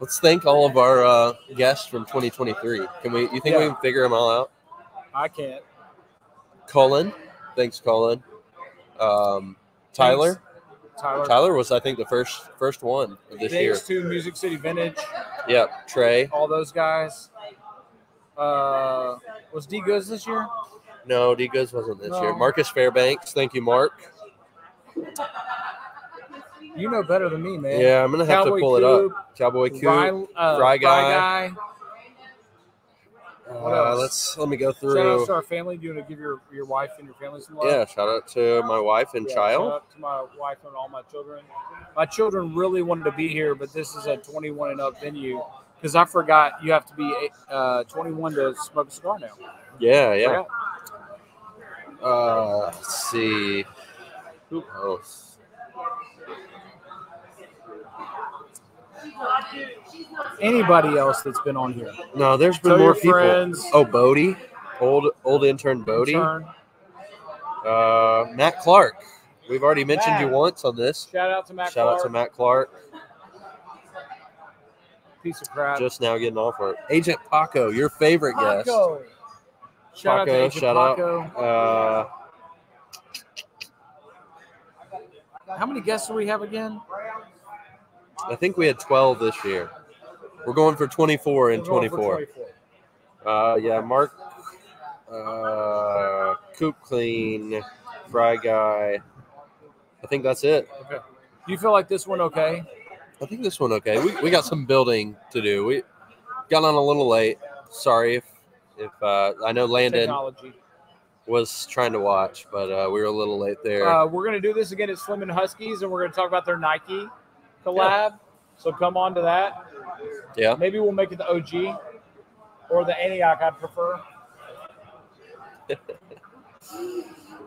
Speaker 3: Let's thank all of our uh, guests from 2023. Can we? You think we
Speaker 1: Yeah.
Speaker 3: can figure them all out?
Speaker 1: I can't.
Speaker 3: Colin, thanks, Colin. Um, Tyler,
Speaker 1: Tyler.
Speaker 3: Tyler was I think the first first one of this year.
Speaker 1: Thanks to Music City Vintage,
Speaker 3: Yep, Trey.
Speaker 1: all those guys. Uh, was D Goods this year?
Speaker 3: No, D Goods wasn't this year.
Speaker 1: No.
Speaker 3: Marcus Fairbanks, thank you, Mark.
Speaker 1: You know better than me, man.
Speaker 3: Yeah, I'm gonna have
Speaker 1: Cowboy
Speaker 3: to pull
Speaker 1: Coop,
Speaker 3: it up. Cowboy Coop.
Speaker 1: Rye, uh,
Speaker 3: Fry
Speaker 1: Fry
Speaker 3: Guy.
Speaker 1: Guy.
Speaker 3: Uh,
Speaker 1: what else?
Speaker 3: let's let me go
Speaker 1: Shout out
Speaker 3: through.
Speaker 1: to our family. Do you want to give your, your wife and your family some love?
Speaker 3: Yeah, shout out to my wife and
Speaker 1: Yeah,
Speaker 3: child.
Speaker 1: shout out to my wife and all my children. My children really wanted to be here, but this is a 21 and up venue because I forgot you have to be uh, 21 to smoke a cigar now.
Speaker 3: Yeah, yeah.
Speaker 1: Forgot.
Speaker 3: Uh, let's see. Who else?
Speaker 1: Anybody else that's been on here?
Speaker 3: No, there's been
Speaker 1: Tell
Speaker 3: more
Speaker 1: your
Speaker 3: people.
Speaker 1: friends.
Speaker 3: Oh, Bodie, old old intern Bodie.
Speaker 1: Turn.
Speaker 3: Uh, Matt Clark. We've already mentioned you
Speaker 1: Matt.
Speaker 3: once on this.
Speaker 1: Shout out to Matt.
Speaker 3: shout out to
Speaker 1: Clark.
Speaker 3: Matt Clark.
Speaker 1: Piece of crap.
Speaker 3: Just now getting off work. Agent Paco, your favorite guest.
Speaker 1: Paco. Shout out to
Speaker 3: Paco,
Speaker 1: Agent
Speaker 3: shout out.
Speaker 1: Paco.
Speaker 3: Uh,
Speaker 1: How many guests do we have again?
Speaker 3: I think we had 12 this year. We're going for 24 and
Speaker 1: We're going for
Speaker 3: 24. Uh, yeah, Mark, uh, Coop Clean, Fry Guy. I think that's it.
Speaker 1: Do you feel like this one okay?
Speaker 3: I think this one okay. We, we got some building to do. We got on a little late. Sorry if if uh, I know Landon
Speaker 1: Technology.
Speaker 3: was trying to watch, but uh, we were a little late there.
Speaker 1: Uh, we're going to do this again at Slim and Huskies, and we're going to talk about their Nike collab. So come on to that.
Speaker 3: yeah,
Speaker 1: Maybe we'll make it the OG or the Antioch, I'd prefer.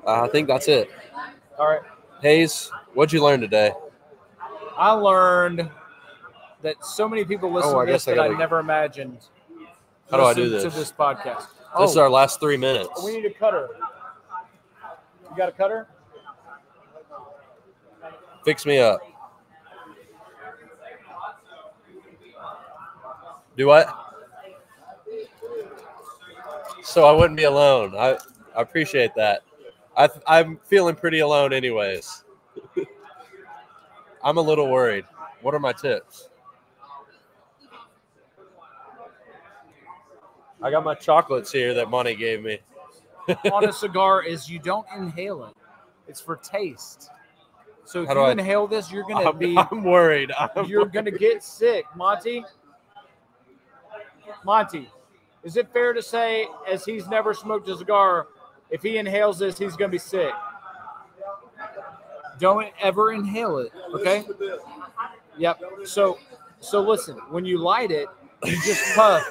Speaker 3: uh, I think that's it.
Speaker 1: All right.
Speaker 3: Hayes, what'd you learn today?
Speaker 1: I learned that so many people listen
Speaker 3: Oh, I
Speaker 1: to this
Speaker 3: guess I
Speaker 1: that I,
Speaker 3: gotta-
Speaker 1: never imagined.
Speaker 3: How do I do
Speaker 1: listened
Speaker 3: this?
Speaker 1: To this podcast.
Speaker 3: This is
Speaker 1: oh,
Speaker 3: our last three minutes.
Speaker 1: we need a cutter. You got a cutter?
Speaker 3: Fix me up. Do what? So I wouldn't be alone. I, I appreciate that. I, I'm feeling pretty alone, anyways. I'm a little worried. What are my tips? I got my chocolates here that Monty gave me.
Speaker 1: on a cigar is you don't inhale it. It's for taste. So if
Speaker 3: How do
Speaker 1: you
Speaker 3: I-
Speaker 1: inhale this, you're gonna
Speaker 3: I'm,
Speaker 1: be
Speaker 3: I'm worried. I'm
Speaker 1: you're gonna get sick, Monty. Monty, is it fair to say, as he's never smoked a cigar, if he inhales this, he's gonna be sick? Don't ever inhale it, okay? Yep. So, so listen. When you light it, you just puff,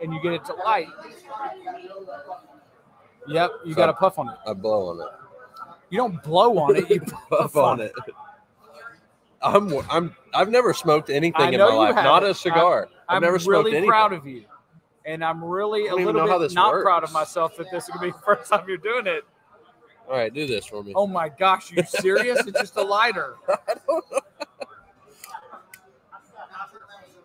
Speaker 1: and you get it to light. Yep, you got to puff on it.
Speaker 3: I blow on it.
Speaker 1: You don't blow on it. You
Speaker 3: puff on it. I'm I'm I've never smoked anything in
Speaker 1: know
Speaker 3: my
Speaker 1: you
Speaker 3: life, not
Speaker 1: haven't.
Speaker 3: a cigar. I,
Speaker 1: I'm
Speaker 3: have never smoked
Speaker 1: really
Speaker 3: anything.
Speaker 1: proud of you, and I'm really
Speaker 3: I
Speaker 1: a
Speaker 3: don't even
Speaker 1: little
Speaker 3: know how
Speaker 1: bit
Speaker 3: this
Speaker 1: not proud
Speaker 3: works.
Speaker 1: of myself that this is gonna be the first time you're doing it.
Speaker 3: All right, do this for me.
Speaker 1: Oh my gosh, you serious? it's just a lighter.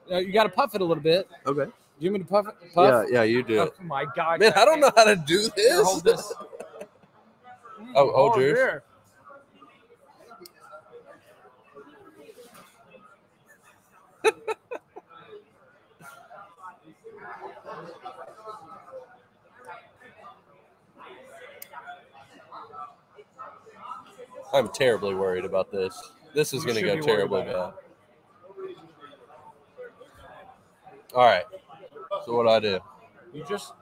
Speaker 1: Now, You got to puff it a little bit.
Speaker 3: okay.
Speaker 1: Do you want me to puff it? Puff?
Speaker 3: Yeah, yeah, you do
Speaker 1: Oh my god,
Speaker 3: it. Man, I don't know how to do
Speaker 1: Here,
Speaker 3: this.
Speaker 1: hold this. Mm,
Speaker 3: Oh, hold yours.
Speaker 1: here.
Speaker 3: I'm terribly worried about this. This is
Speaker 1: You
Speaker 3: going to
Speaker 1: should
Speaker 3: go
Speaker 1: be worried
Speaker 3: terribly
Speaker 1: about
Speaker 3: bad. All right. So what do I do?
Speaker 1: You just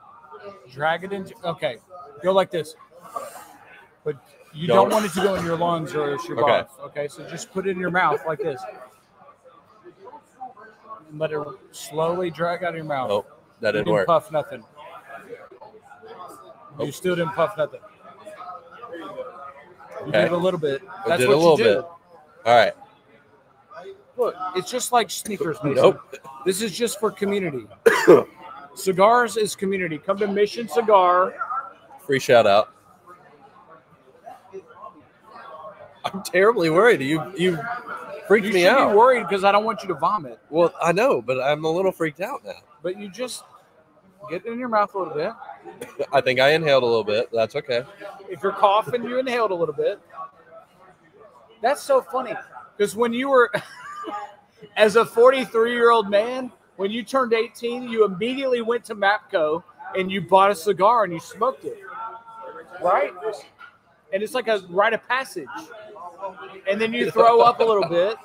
Speaker 1: drag it into. Okay, go like this. But you don't,
Speaker 3: Don't-
Speaker 1: want it to go in your lungs or else your
Speaker 3: Okay.
Speaker 1: balls. Okay, so just put it in your mouth like this. And let it slowly drag out of your mouth.
Speaker 3: Oh, that
Speaker 1: you
Speaker 3: didn't
Speaker 1: didn't
Speaker 3: work.
Speaker 1: puff nothing.
Speaker 3: Oh.
Speaker 1: You still didn't puff nothing. You
Speaker 3: Okay.
Speaker 1: did a little bit. That's
Speaker 3: did a
Speaker 1: what
Speaker 3: little
Speaker 1: you do.
Speaker 3: bit. All right.
Speaker 1: Look, it's just like sneakers, Mason.
Speaker 3: Nope.
Speaker 1: This is just for community. Cigars is community. Come to Mission Cigar.
Speaker 3: Free shout out. I'm terribly worried. You you freaked
Speaker 1: You
Speaker 3: me
Speaker 1: should be
Speaker 3: out.
Speaker 1: worried because I don't want you to vomit.
Speaker 3: Well, I know, but I'm a little freaked out now.
Speaker 1: But you just get it in your mouth a little bit.
Speaker 3: I think I inhaled a little bit. That's okay.
Speaker 1: If you're coughing, you inhaled a little bit. That's so funny because when you were, as a 43 year old man, when you turned 18, you immediately went to Mapco and you bought a cigar and you smoked it, right? And it's like a rite of passage. And then you throw up a little bit,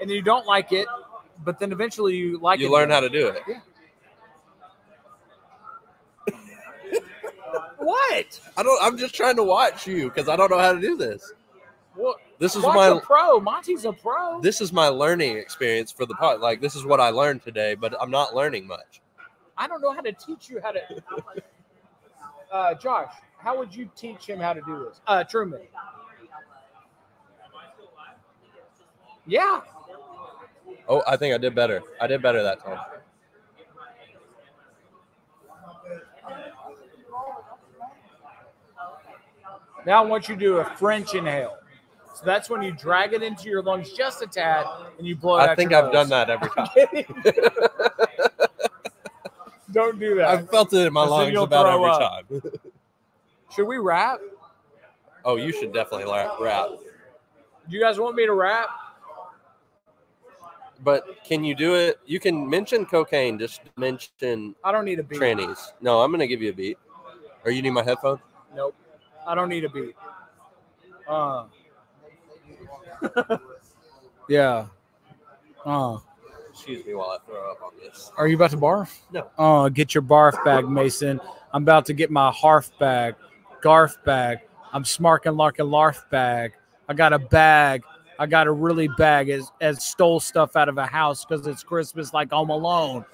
Speaker 1: and then you don't like it, but then eventually you like it.
Speaker 3: You learn how to do it.
Speaker 1: what?
Speaker 3: I don't. I'm just trying to watch you because I don't know how to do this.
Speaker 1: Well,
Speaker 3: This is
Speaker 1: Watch
Speaker 3: my
Speaker 1: a pro. Monty's a pro.
Speaker 3: this is my learning experience for the pod. Like this is what I learned today, but I'm not learning much.
Speaker 1: I don't know how to teach you how to. Uh, Josh, how would you teach him how to do this? Uh, Truman. Yeah,
Speaker 3: Oh, I think I did better. I did better that time.
Speaker 1: now I want you to do a French inhale. So that's when you drag it into your lungs just a tad and you blow it
Speaker 3: I
Speaker 1: out
Speaker 3: think
Speaker 1: your
Speaker 3: I've done
Speaker 1: nose.
Speaker 3: that every time.
Speaker 1: Don't do that.
Speaker 3: I've felt it in my
Speaker 1: Because then
Speaker 3: lungs
Speaker 1: you'll
Speaker 3: about every
Speaker 1: throw
Speaker 3: time.
Speaker 1: Should we rap?
Speaker 3: Oh, you should definitely la- rap.
Speaker 1: Do you guys want me to rap?
Speaker 3: But can you do it? You can mention cocaine, just mention
Speaker 1: I don't need a beat.
Speaker 3: trannies. No, I'm gonna give you a beat. Or you need my headphone?
Speaker 1: Nope. I don't need a beat. Uh. yeah. Uh.
Speaker 3: Excuse me while I throw up on this.
Speaker 1: Are you about to barf?
Speaker 3: No.
Speaker 1: Oh, get your barf bag, Mason. I'm about to get my harf bag, garf bag. I'm smarking larkin larf bag. I got a bag. I got a really bag as as stole stuff out of a house because it's Christmas like Home Alone.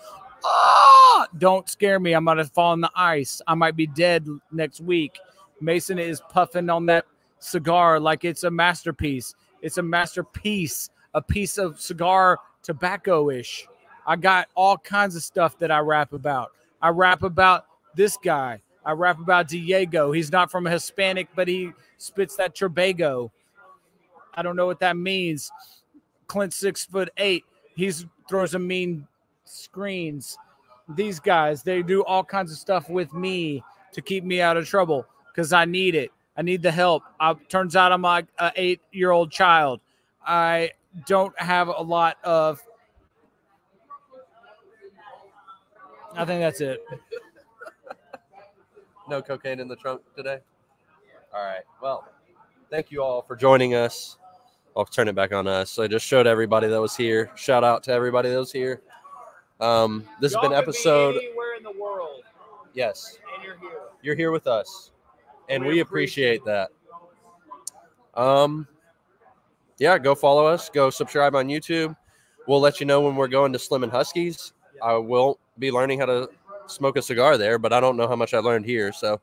Speaker 1: Ah! Don't scare me. I'm gonna fall on the ice. I might be dead next week. Mason is puffing on that cigar like it's a masterpiece. It's a masterpiece, a piece of cigar tobacco ish. I got all kinds of stuff that I rap about. I rap about this guy. I rap about Diego. He's not from Hispanic, but he spits that Trebago. I don't know what that means. Clint six foot eight. He's throws a mean screens. These guys, they do all kinds of stuff with me to keep me out of trouble because I need it. I need the help. I, turns out I'm like a eight year old child. I don't have a lot of I think that's it.
Speaker 3: No cocaine in the trunk today? All right. Well, thank you all for joining us. I'll turn it back on us. So I just showed everybody that was here. Shout out to everybody that was here. Um, this has been episode.
Speaker 1: anywhere in the world,
Speaker 3: Yes,
Speaker 1: and you're here.
Speaker 3: you're here with us, and
Speaker 1: We
Speaker 3: we appreciate that. Um, yeah, go follow us. Go subscribe on YouTube. We'll let you know when we're going to Slim and Huskies. I will be learning how to smoke a cigar there, but I don't know how much I learned here, so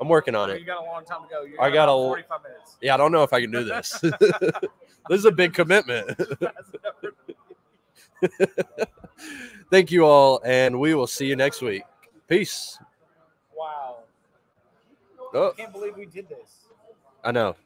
Speaker 3: I'm working on it.
Speaker 1: You got a long time to go. You
Speaker 3: I got
Speaker 1: about
Speaker 3: a-
Speaker 1: 45 minutes.
Speaker 3: Yeah, I don't know if I can do this. this is a big commitment. Thank you all, and we will see you next week. Peace.
Speaker 1: Wow,
Speaker 3: Oh,
Speaker 1: can't believe we did this.
Speaker 3: I know.